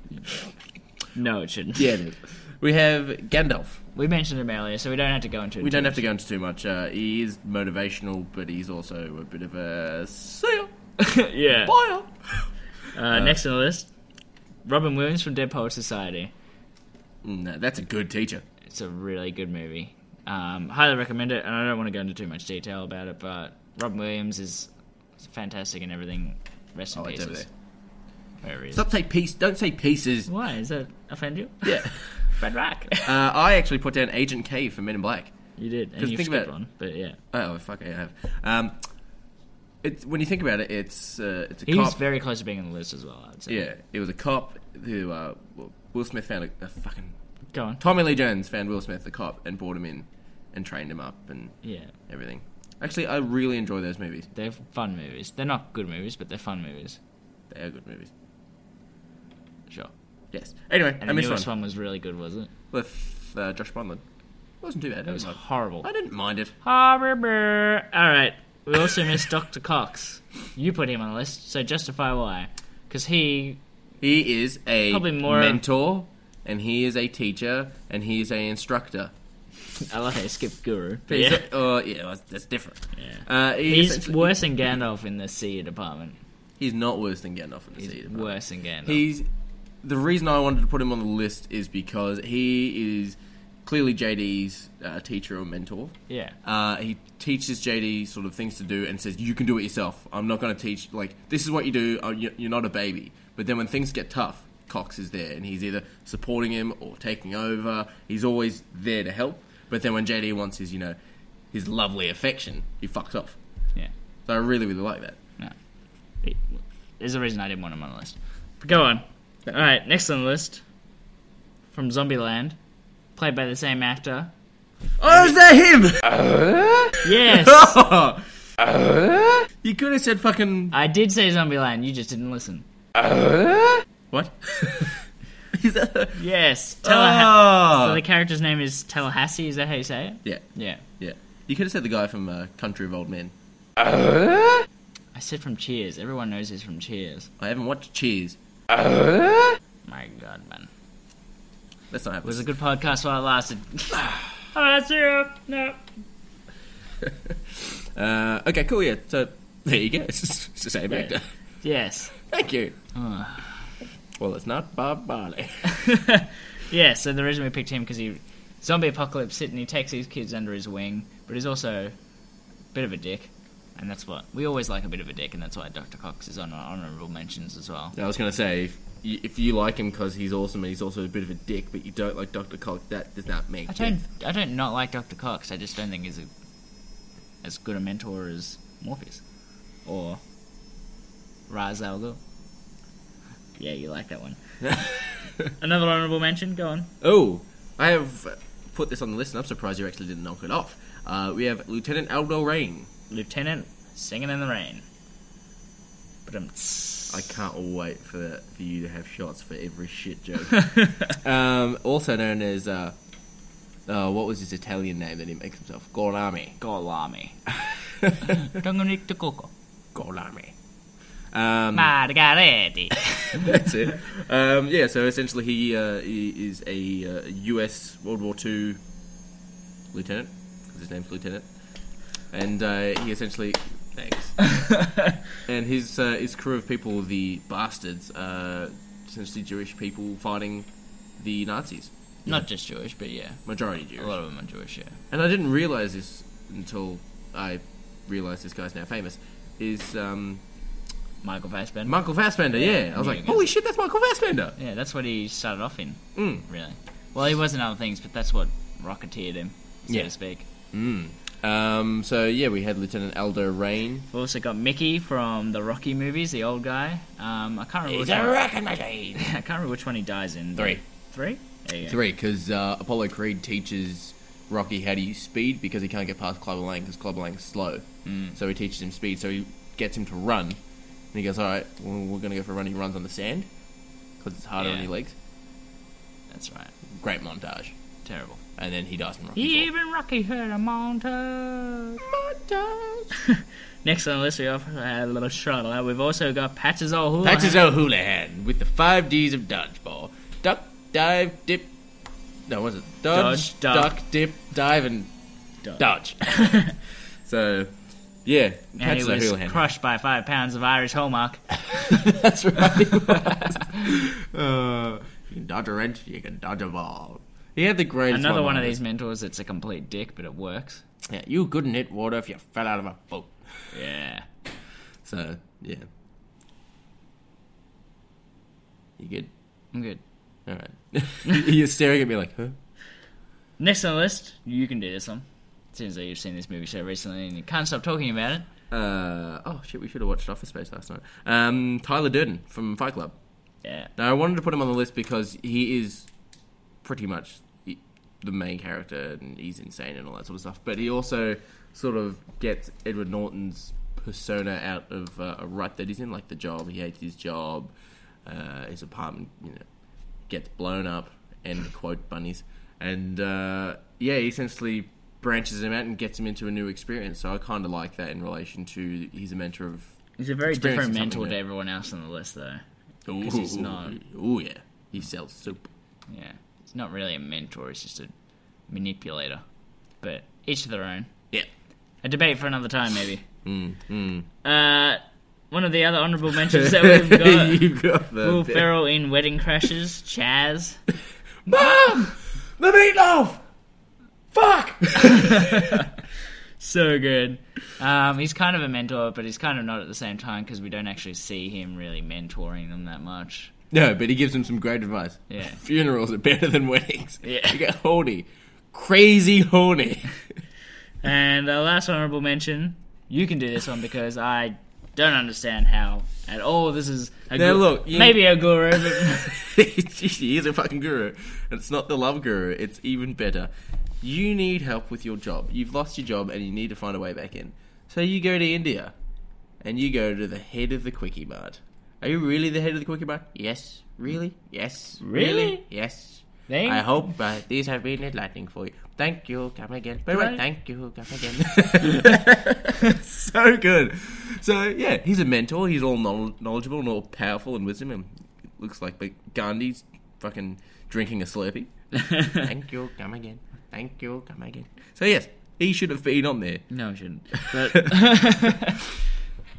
Speaker 3: no, it shouldn't.
Speaker 4: yeah, it is. we have Gandalf.
Speaker 3: We mentioned him earlier, so we don't have to go into it.
Speaker 4: We don't
Speaker 3: too
Speaker 4: have to go into too much. Uh, he is motivational, but he's also a bit of a see ya,
Speaker 3: much. yeah.
Speaker 4: bye
Speaker 3: Uh, next on the list, Robin Williams from Dead Poets Society.
Speaker 4: No, Mm, that's a good teacher.
Speaker 3: It's a really good movie. Um, highly recommend it, and I don't want to go into too much detail about it, but Robin Williams is fantastic in everything. Rest in
Speaker 4: Oh, it's
Speaker 3: peace.
Speaker 4: over
Speaker 3: pieces. Wherever he is.
Speaker 4: Stop say peace. Don't say pieces.
Speaker 3: Why? Is that offend you?
Speaker 4: Yeah.
Speaker 3: Red Rock.
Speaker 4: Uh, I actually put down Agent K for Men in Black.
Speaker 3: you did, and
Speaker 4: Just
Speaker 3: you
Speaker 4: think
Speaker 3: skipped
Speaker 4: about-
Speaker 3: one, but yeah.
Speaker 4: Oh fuck, I have. Um, it's when you think about it, it's uh, it's a
Speaker 3: He
Speaker 4: cop.
Speaker 3: was very close to being on the list as well, I'd say.
Speaker 4: Yeah, it was a cop who uh, Will Smith found a, a fucking
Speaker 3: Go on.
Speaker 4: Tommy Lee Jones found Will Smith the cop and brought him in and trained him up and
Speaker 3: Yeah.
Speaker 4: everything. Actually, I really enjoy those movies.
Speaker 3: They're fun movies. They're not good movies, but they're fun movies.
Speaker 4: They are good movies.
Speaker 3: Sure.
Speaker 4: Yes. Anyway,
Speaker 3: And
Speaker 4: I
Speaker 3: the
Speaker 4: missed
Speaker 3: newest
Speaker 4: one
Speaker 3: one. was really good, wasn't it?
Speaker 4: with uh, Josh Brolin. It wasn't too bad.
Speaker 3: It was horrible.
Speaker 4: I didn't mind it.
Speaker 3: Horrible. All right. We also missed Dr. Cox. You put him on the list, so justify why. Because he
Speaker 4: He is a
Speaker 3: Probably more-
Speaker 4: mentor, and he is a teacher, and he is a instructor.
Speaker 3: I like how you skipped Guru. But
Speaker 4: He's
Speaker 3: yeah.
Speaker 4: a- oh yeah, that's, that's different.
Speaker 3: Yeah.
Speaker 4: Uh, he
Speaker 3: He's
Speaker 4: essentially-
Speaker 3: worse than Gandalf in the sea department.
Speaker 4: He's not worse than Gandalf in the
Speaker 3: He's
Speaker 4: Sea Department.
Speaker 3: worse than Gandalf.
Speaker 4: He's the reason I wanted to put him on the list is because he is clearly JD's uh, teacher or mentor.
Speaker 3: yeah.
Speaker 4: Uh, he teaches JD sort of things to do and says, "You can do it yourself. I'm not going to teach. Like this is what you do. Uh, you- You're not a baby." But then when things get tough, Cox is there and he's either supporting him or taking over. He's always there to help. But then when JD wants his, you know, his lovely affection, he fucks off.
Speaker 3: Yeah.
Speaker 4: So I really, really like that.
Speaker 3: No. He- There's a reason I didn't want him on the list. But go on. All right. Next on the list, from Zombieland, played by the same actor.
Speaker 4: Oh, is that him?
Speaker 3: Yes.
Speaker 4: you could have said fucking
Speaker 3: I did say Zombieland. You just didn't listen.
Speaker 4: what? is that the...
Speaker 3: Yes. Tallaha- So
Speaker 4: oh.
Speaker 3: the character's name is Tallahassee. Is that how you say it?
Speaker 4: yeah,
Speaker 3: Yeah.
Speaker 4: yeah. You could have said the guy from uh, Country of Old Men.
Speaker 3: I said from Cheers. Everyone knows he's from Cheers.
Speaker 4: I haven't watched Cheers.
Speaker 3: My God, man.
Speaker 4: Let's not have
Speaker 3: It was
Speaker 4: this.
Speaker 3: a good podcast while it lasted. All right, see ya. No.
Speaker 4: Uh, okay, cool. Yeah. So there you go. It's, just- it's the same actor.
Speaker 3: Yes.
Speaker 4: Thank you.
Speaker 3: Ah.
Speaker 4: well, it's not Bob Marley.
Speaker 3: Yeah, so the reason we picked him because he zombie apocalypse hit and he takes these kids under his wing, but he's also a bit of a dick, and that's what we always like a bit of a dick, and that's why Dr. Cox is on our honorable mentions as well.
Speaker 4: I was gonna say. If you, if you like him because he's awesome and he's also a bit of a dick, but you don't like Dr. Cox, that does not make
Speaker 3: I don't, I don't not like Dr. Cox. I just don't think he's a, as good a mentor as Morpheus or Ra's al Ghul. Yeah, you like that one. Another honorable mention. Go on.
Speaker 4: Oh, I have put this on the list, and I'm surprised you actually didn't knock it off. Uh, we have Lieutenant Aldo Rain.
Speaker 3: Lieutenant singing in the rain. But
Speaker 4: I can't wait for for you to have shots for every shit joke. um, also known as uh, uh, what was his Italian name that he makes himself? Gorlami.
Speaker 3: Golami. Dominic de Coco.
Speaker 4: Gorlami. Um,
Speaker 3: Margarete.
Speaker 4: That's it. Um, yeah, so essentially he, uh, he is a uh, U.S. World War II lieutenant, 'cause his name's Lieutenant, and uh, he essentially thanks. and his uh, his crew of people, the bastards, uh, essentially Jewish people fighting the Nazis,
Speaker 3: Not just Jewish, but yeah.
Speaker 4: majority
Speaker 3: A
Speaker 4: Jewish.
Speaker 3: lot of them are Jewish, yeah.
Speaker 4: And I didn't realize this until I realized this guy's now famous. Is um,
Speaker 3: Michael Fassbender.
Speaker 4: Michael Fassbender, yeah. I was like, holy shit, that's Michael Fassbender.
Speaker 3: Yeah, that's what he started off in.
Speaker 4: Mm.
Speaker 3: Really. Well, he was in other things, but that's what rocketeered him, so
Speaker 4: Yeah.
Speaker 3: to speak.
Speaker 4: Mm. Um, so yeah, we had Lieutenant Aldo Rain.
Speaker 3: We've also got Mickey from the Rocky movies, the old guy. Um, I can't remember.
Speaker 4: He's
Speaker 3: which
Speaker 4: a
Speaker 3: one-
Speaker 4: wrecking machine.
Speaker 3: I can't remember which one he dies in. but-
Speaker 4: Three.
Speaker 3: Three. There you go.
Speaker 4: Three, because uh, Apollo Creed teaches Rocky how to use speed because he can't get past Clubber Lang because Clubber Lang's slow.
Speaker 3: Mm.
Speaker 4: So he teaches him speed. So he gets him to run, and he goes, "All right, well, we're going to go for a run." He runs on the sand because it's harder
Speaker 3: Yeah.
Speaker 4: on your legs.
Speaker 3: That's right.
Speaker 4: Great montage,
Speaker 3: Terrible.
Speaker 4: and then he dies in Rocky.
Speaker 3: He
Speaker 4: Four.
Speaker 3: even Rocky heard a montage. Next on the list, we also had a little shuttle. We've also got Patches O'Houlihan.
Speaker 4: Patches O'Houlihan with the five Ds of dodgeball: duck, dive, dip. No, was it dodge,
Speaker 3: Dodge, duck.
Speaker 4: duck, dip, dive, and dodge. so, yeah,
Speaker 3: And he
Speaker 4: Patches
Speaker 3: was
Speaker 4: O'Houlihan.
Speaker 3: crushed by five pounds of Irish hallmark.
Speaker 4: That's right. he was. uh, you can dodge a wrench, you can dodge a ball. He had the greatest.
Speaker 3: Another one of
Speaker 4: one-liners.
Speaker 3: these mentors that's a complete dick, but it works.
Speaker 4: Yeah, you couldn't hit water if you fell out of a boat.
Speaker 3: Yeah.
Speaker 4: So yeah, you good?
Speaker 3: I'm good.
Speaker 4: All right. You're staring at me like, huh?
Speaker 3: Next on the list, you can do this one. Seems like you've seen this movie so recently and you can't stop talking about it.
Speaker 4: Uh, oh shit, we should have watched Office Space last night. Um, Tyler Durden from Fight Club.
Speaker 3: Yeah.
Speaker 4: Now I wanted to put him on the list because he is pretty much the the main character and he's insane and all that sort of stuff. But he also sort of gets Edward Norton's persona out of uh, a rut that he's in, like the job. He hates his job, uh, his apartment, you know, gets blown up. End quote bunnies. And uh, yeah, he essentially branches him out and gets him into a new experience. So I kind of like that in relation to he's a mentor of.
Speaker 3: He's a very
Speaker 4: experiencing
Speaker 3: different mentor
Speaker 4: something
Speaker 3: to
Speaker 4: new.
Speaker 3: everyone else on the list, though.
Speaker 4: Ooh,
Speaker 3: 'Cause he's not-
Speaker 4: Ooh, yeah. He sells soup.
Speaker 3: Yeah. He's not really a mentor, he's just a manipulator. But each to their own.
Speaker 4: Yeah.
Speaker 3: A debate for another time, maybe.
Speaker 4: Mm, mm.
Speaker 3: Uh, one of the other honourable mentions that we've got
Speaker 4: You've got the
Speaker 3: Will Ferrell in Wedding Crashes, Chaz.
Speaker 4: Mom, the meatloaf. Fuck.
Speaker 3: so good. Um, he's kind of a mentor, but he's kind of not at the same time because we don't actually see him really mentoring them that much.
Speaker 4: No, but he gives him some great advice.
Speaker 3: Yeah.
Speaker 4: Funerals are better than weddings.
Speaker 3: Yeah.
Speaker 4: You get horny, crazy horny.
Speaker 3: And uh, last honorable mention, you can do this one because I don't understand how at all this is a
Speaker 4: Now
Speaker 3: gu-
Speaker 4: look, you-
Speaker 3: maybe a guru, but
Speaker 4: he is a fucking guru. And it's not the love guru, it's even better. You need help with your job. You've lost your job and you need to find a way back in. So you go to India and you go to the head of the Quickie Mart. Are you really the head of the Quickie Mart? Yes. Really? Yes.
Speaker 3: Really?
Speaker 4: Yes.
Speaker 3: Thank-
Speaker 4: I hope uh, these have been enlightening for you. Thank you. Come again. Bye
Speaker 3: Right.
Speaker 4: Thank you. Come again. so good. So yeah, he's a mentor. He's all knowl- knowledgeable and all powerful and wisdom. And it looks like but Gandhi's fucking drinking a Slurpee. Thank you. Come again. Thank you. Come again. So yes, he should have been on there.
Speaker 3: no, I shouldn't. But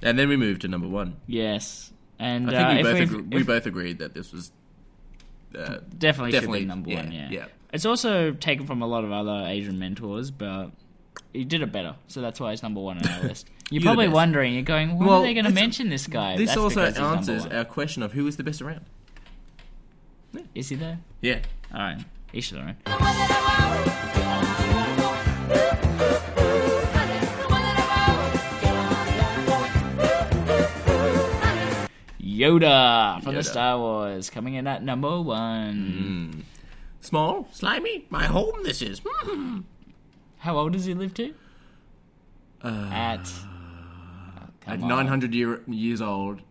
Speaker 4: And then we moved to number one.
Speaker 3: yes, and
Speaker 4: I
Speaker 3: uh,
Speaker 4: think we
Speaker 3: if
Speaker 4: both
Speaker 3: we've-
Speaker 4: agree-
Speaker 3: if-
Speaker 4: we both agreed that this was uh,
Speaker 3: definitely,
Speaker 4: definitely
Speaker 3: should be number one.
Speaker 4: yeah,
Speaker 3: Yeah.
Speaker 4: yeah.
Speaker 3: it's also taken from a lot of other Asian mentors, but he did it better, so that's why he's number one on our list. You're,
Speaker 4: the
Speaker 3: probably
Speaker 4: best.
Speaker 3: wondering, you're going, when
Speaker 4: Well,
Speaker 3: are they going to
Speaker 4: it's-
Speaker 3: mention this guy?
Speaker 4: This
Speaker 3: That's
Speaker 4: also
Speaker 3: because he's number
Speaker 4: answers
Speaker 3: one.
Speaker 4: our question of who is the best around.
Speaker 3: Is he there?
Speaker 4: Yeah.
Speaker 3: All right, each to their own. Yoda from
Speaker 4: Yoda. Mm.
Speaker 3: the Star Wars coming in at number one.
Speaker 4: Small, slimy, my home this is. Hmm.
Speaker 3: How old does he live to?
Speaker 4: Uh,
Speaker 3: at
Speaker 4: At
Speaker 3: come on.
Speaker 4: 900 year, years old.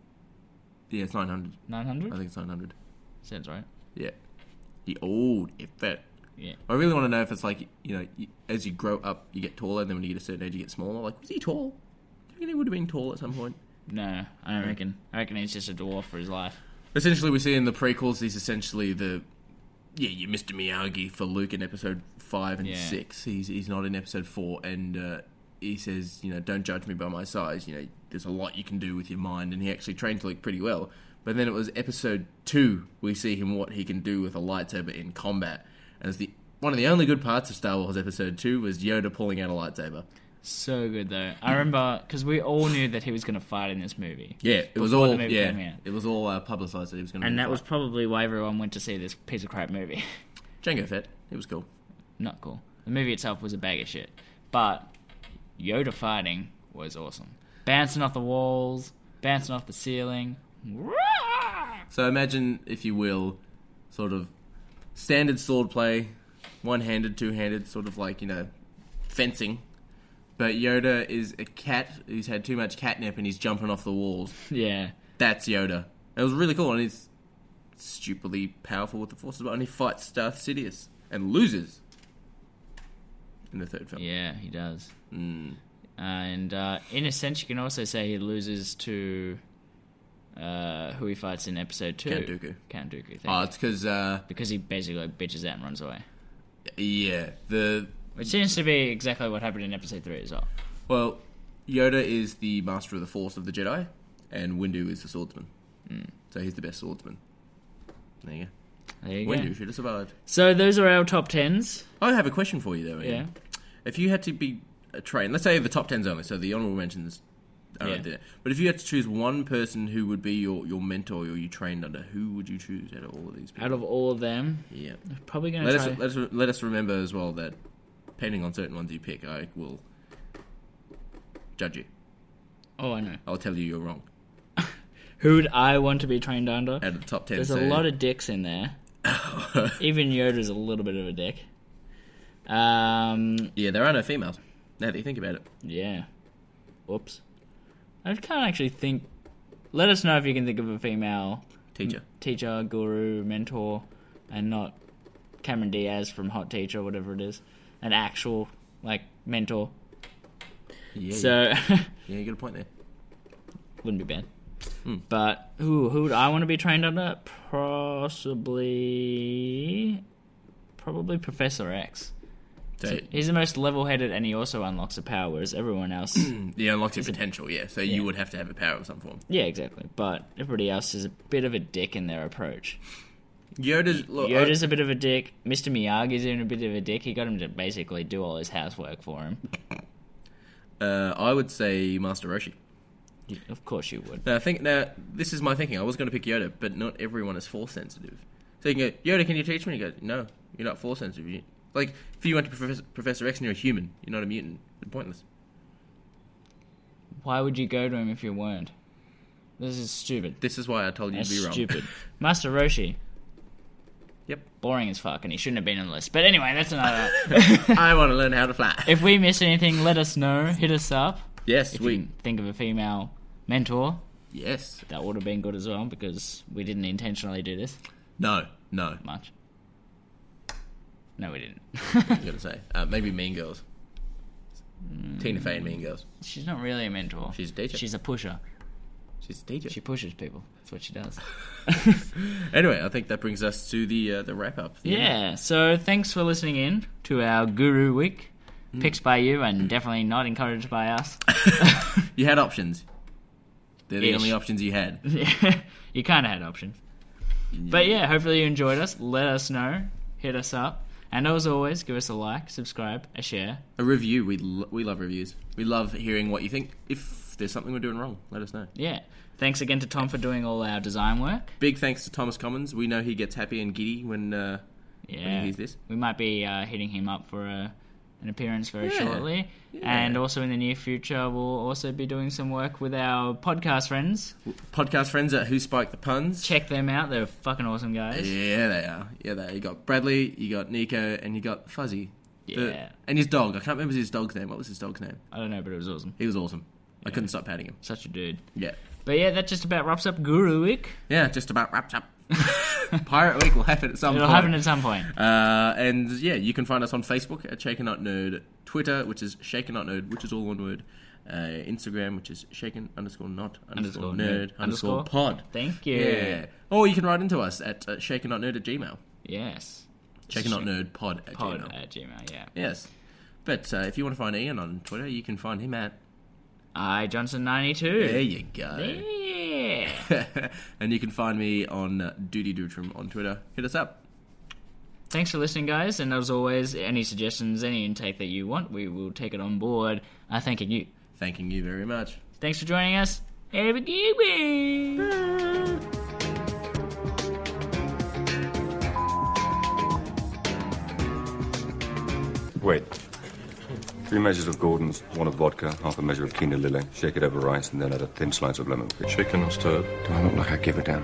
Speaker 4: Yeah, it's 900. I
Speaker 3: 900?
Speaker 4: think it's 900.
Speaker 3: Sounds right.
Speaker 4: Yeah. The old effect.
Speaker 3: Yeah.
Speaker 4: I really want to know if it's like, you know, you, as you grow up, you get taller, and then when you get a certain age, you get smaller. Like, was he tall? Do you reckon he would have been tall at some point?
Speaker 3: No, I don't reckon. I reckon he's just a dwarf for his life.
Speaker 4: Essentially, we see in the prequels, he's essentially the. Yeah, you Mr. Miyagi for Luke in episode 5 and
Speaker 3: Yeah.
Speaker 4: 6. He's, he's not in episode 4. And uh, he says, you know, don't judge me by my size. You know, there's a lot you can do with your mind. And he actually trained Luke pretty well. But then it was episode 2, we see him what he can do with a lightsaber in combat. And it's the. One of the only good parts of Star Wars Episode Two was Yoda pulling out a lightsaber.
Speaker 3: So good though. I remember because we all knew that he was going to fight in this movie.
Speaker 4: Yeah, it was
Speaker 3: Before the
Speaker 4: all
Speaker 3: movie came
Speaker 4: yeah,
Speaker 3: out.
Speaker 4: it was all uh, publicized that he was going to.
Speaker 3: and that was probably why everyone went to see this piece of crap movie.
Speaker 4: Django Fett. It was cool.
Speaker 3: Not cool. The movie itself was a bag of shit, but Yoda fighting was awesome. Bouncing off the walls, bouncing off the ceiling.
Speaker 4: So imagine, if you will, sort of standard sword play, one-handed, two-handed, sort of like you know, fencing. But Yoda is a cat who's had too much catnip and he's jumping off the walls.
Speaker 3: Yeah.
Speaker 4: That's Yoda. It was really cool and he's stupidly powerful with the forces, but only fights Darth Sidious and loses in the third film.
Speaker 3: Yeah, he does.
Speaker 4: Mm.
Speaker 3: And uh, in a sense, you can also say he loses to uh, who he fights in episode two.
Speaker 4: Count Dooku.
Speaker 3: Count Dooku. Thank
Speaker 4: Oh,
Speaker 3: you.
Speaker 4: it's because uh,
Speaker 3: because he basically bitches out and runs away.
Speaker 4: yeah, the
Speaker 3: Which seems to be exactly what happened in episode three as well.
Speaker 4: Well, Yoda is the master of the Force of the Jedi, and Windu is the swordsman.
Speaker 3: Hmm.
Speaker 4: So he's the best swordsman. There you
Speaker 3: There
Speaker 4: go.
Speaker 3: you
Speaker 4: Windu
Speaker 3: go.
Speaker 4: should have survived.
Speaker 3: So those are our top tens.
Speaker 4: I have a question for you, though. Ian. If you had to be a train, let's say the top tens only, so the honorable mentions are
Speaker 3: Yeah.
Speaker 4: not there. But if you had to choose one person who would be your, your mentor or you trained under, who would you choose out of all of these people?
Speaker 3: Out of all of them,
Speaker 4: yeah.
Speaker 3: probably gonna
Speaker 4: Let
Speaker 3: try-
Speaker 4: us, let, us, let us remember as well that depending on certain ones you pick, I will judge you.
Speaker 3: Oh, I know.
Speaker 4: I'll tell you you're wrong.
Speaker 3: Who'd I want to be trained under?
Speaker 4: Out of the top ten,
Speaker 3: There's
Speaker 4: so-
Speaker 3: a lot of dicks in there. Even Yoda's a little bit of a dick. Um,
Speaker 4: Yeah, there are no females. Now that you think about it,
Speaker 3: yeah. Whoops. I can't actually think. Let us know if you can think of a female
Speaker 4: teacher.
Speaker 3: teacher, guru, mentor, and not Cameron Diaz from Hot Teacher, whatever it is. An actual like mentor.
Speaker 4: Yeah,
Speaker 3: So
Speaker 4: yeah, you got a point there.
Speaker 3: wouldn't be bad.
Speaker 4: Hmm.
Speaker 3: But who who would I want to be trained under? Possibly, probably Professor X.
Speaker 4: So
Speaker 3: He's the most level-headed, and he also unlocks a power, whereas everyone else,
Speaker 4: the unlocks your potential. Yeah, so you would have to have a power of some form.
Speaker 3: yeah, exactly. But everybody else is a bit of a dick in their approach.
Speaker 4: Yoda's look. I-
Speaker 3: Yoda's a bit of a dick. Mr. Miyagi's even a bit of a dick. He got him to basically do all his housework for him.
Speaker 4: uh, I would say Master Roshi.
Speaker 3: of course, you would.
Speaker 4: Now, I think now this is my thinking. I was going to pick Yoda, but not everyone is force sensitive. So you can go, Yoda, can you teach me? And he goes, No, you're not force sensitive. You like if you went to Professor, Professor X and you're a human, you're not a mutant. It's pointless.
Speaker 3: Why would you go to him if you weren't? This is stupid.
Speaker 4: This is why I told you
Speaker 3: That's
Speaker 4: to be wrong.
Speaker 3: stupid. Master Roshi.
Speaker 4: Yep.
Speaker 3: Boring as fuck, and he shouldn't have been on the list. But anyway, that's another.
Speaker 4: I want to learn how to fly.
Speaker 3: if we missed anything, let us know. Hit us up.
Speaker 4: Yes,
Speaker 3: If
Speaker 4: we.
Speaker 3: you think of a female mentor,
Speaker 4: Yes.
Speaker 3: that would have been good as well because we didn't intentionally do this
Speaker 4: No. No.
Speaker 3: much. No, we didn't.
Speaker 4: I'm gonna say uh, maybe Mean Girls.
Speaker 3: Hmm.
Speaker 4: Tina Fey and Mean Girls.
Speaker 3: She's not really a mentor.
Speaker 4: She's a teacher.
Speaker 3: She's a pusher.
Speaker 4: She's a teacher.
Speaker 3: She pushes people. That's what she does.
Speaker 4: Anyway, I think that brings us to the uh, the wrap up. The end.
Speaker 3: Yeah. So thanks for listening in to our Guru Week.
Speaker 4: Mm.
Speaker 3: Picks by you and definitely not encouraged by us.
Speaker 4: You had options. They're the
Speaker 3: Ish.
Speaker 4: only options you had.
Speaker 3: you kind of had options. But yeah, hopefully you enjoyed us. Let us know. Hit us up. And as always, give us a like, subscribe, a share.
Speaker 4: A review. We lo- we love reviews. We love hearing what you think. If there's something we're doing wrong, let us know.
Speaker 3: Yeah. Thanks again to Tom for doing all our design work.
Speaker 4: Big thanks to Thomas Commons. We know he gets happy and giddy when uh,
Speaker 3: Yeah.
Speaker 4: hears this.
Speaker 3: We might be uh, hitting him up for a, an appearance very
Speaker 4: Yeah.
Speaker 3: shortly. And also in the near future, we'll also be doing some work with our podcast friends.
Speaker 4: podcast friends at Who Spiked the Puns.
Speaker 3: Check them out. They're fucking awesome guys.
Speaker 4: Yeah, they are. Yeah, they are. You got Bradley, you got Nico, and you got Fuzzy. The-
Speaker 3: Yeah.
Speaker 4: and his dog. I can't remember his dog's name. What was his dog's name?
Speaker 3: I don't know, but it was awesome.
Speaker 4: He was awesome. I couldn't stop patting him.
Speaker 3: Such a dude.
Speaker 4: Yeah.
Speaker 3: But yeah, that just about wraps up Guru Week.
Speaker 4: Yeah, just about wrapped up. Pirate Week will happen at some
Speaker 3: It'll
Speaker 4: point.
Speaker 3: happen at some point.
Speaker 4: uh, and yeah, you can find us on Facebook at Shaken Not Nerd, Twitter, which is Shaken Not Nerd, which is all one word, uh, Instagram, which is Shaken underscore Not underscore,
Speaker 3: Underscore nerd
Speaker 4: nerd, underscore
Speaker 3: underscore
Speaker 4: Pod.
Speaker 3: Thank you.
Speaker 4: Yeah. Or you can write into us at uh, Shaken Not Nerd at Gmail.
Speaker 3: Yes.
Speaker 4: Shaken Not Nerd Pod at
Speaker 3: Pod
Speaker 4: Gmail.
Speaker 3: at Gmail, yeah.
Speaker 4: Yes. But uh, if you want to find Ian on Twitter, you can find him at.
Speaker 3: I Johnson ninety
Speaker 4: There
Speaker 3: two.
Speaker 4: you go.
Speaker 3: Yeah.
Speaker 4: and you can find me on uh, Doody Dootram on Twitter. Hit us up.
Speaker 3: thanks for listening, guys. And as always, any suggestions, any intake that you want, we will take it on board. I thanking you.
Speaker 4: Thanking you very much.
Speaker 3: Thanks for joining us. Have a good week.
Speaker 6: Wait. Three measures of Gordon's, one of vodka, half a measure of quinoa lily. Shake it over rice and then add a thin slice of lemon. Shaken or stirred? Do I look like I give a damn?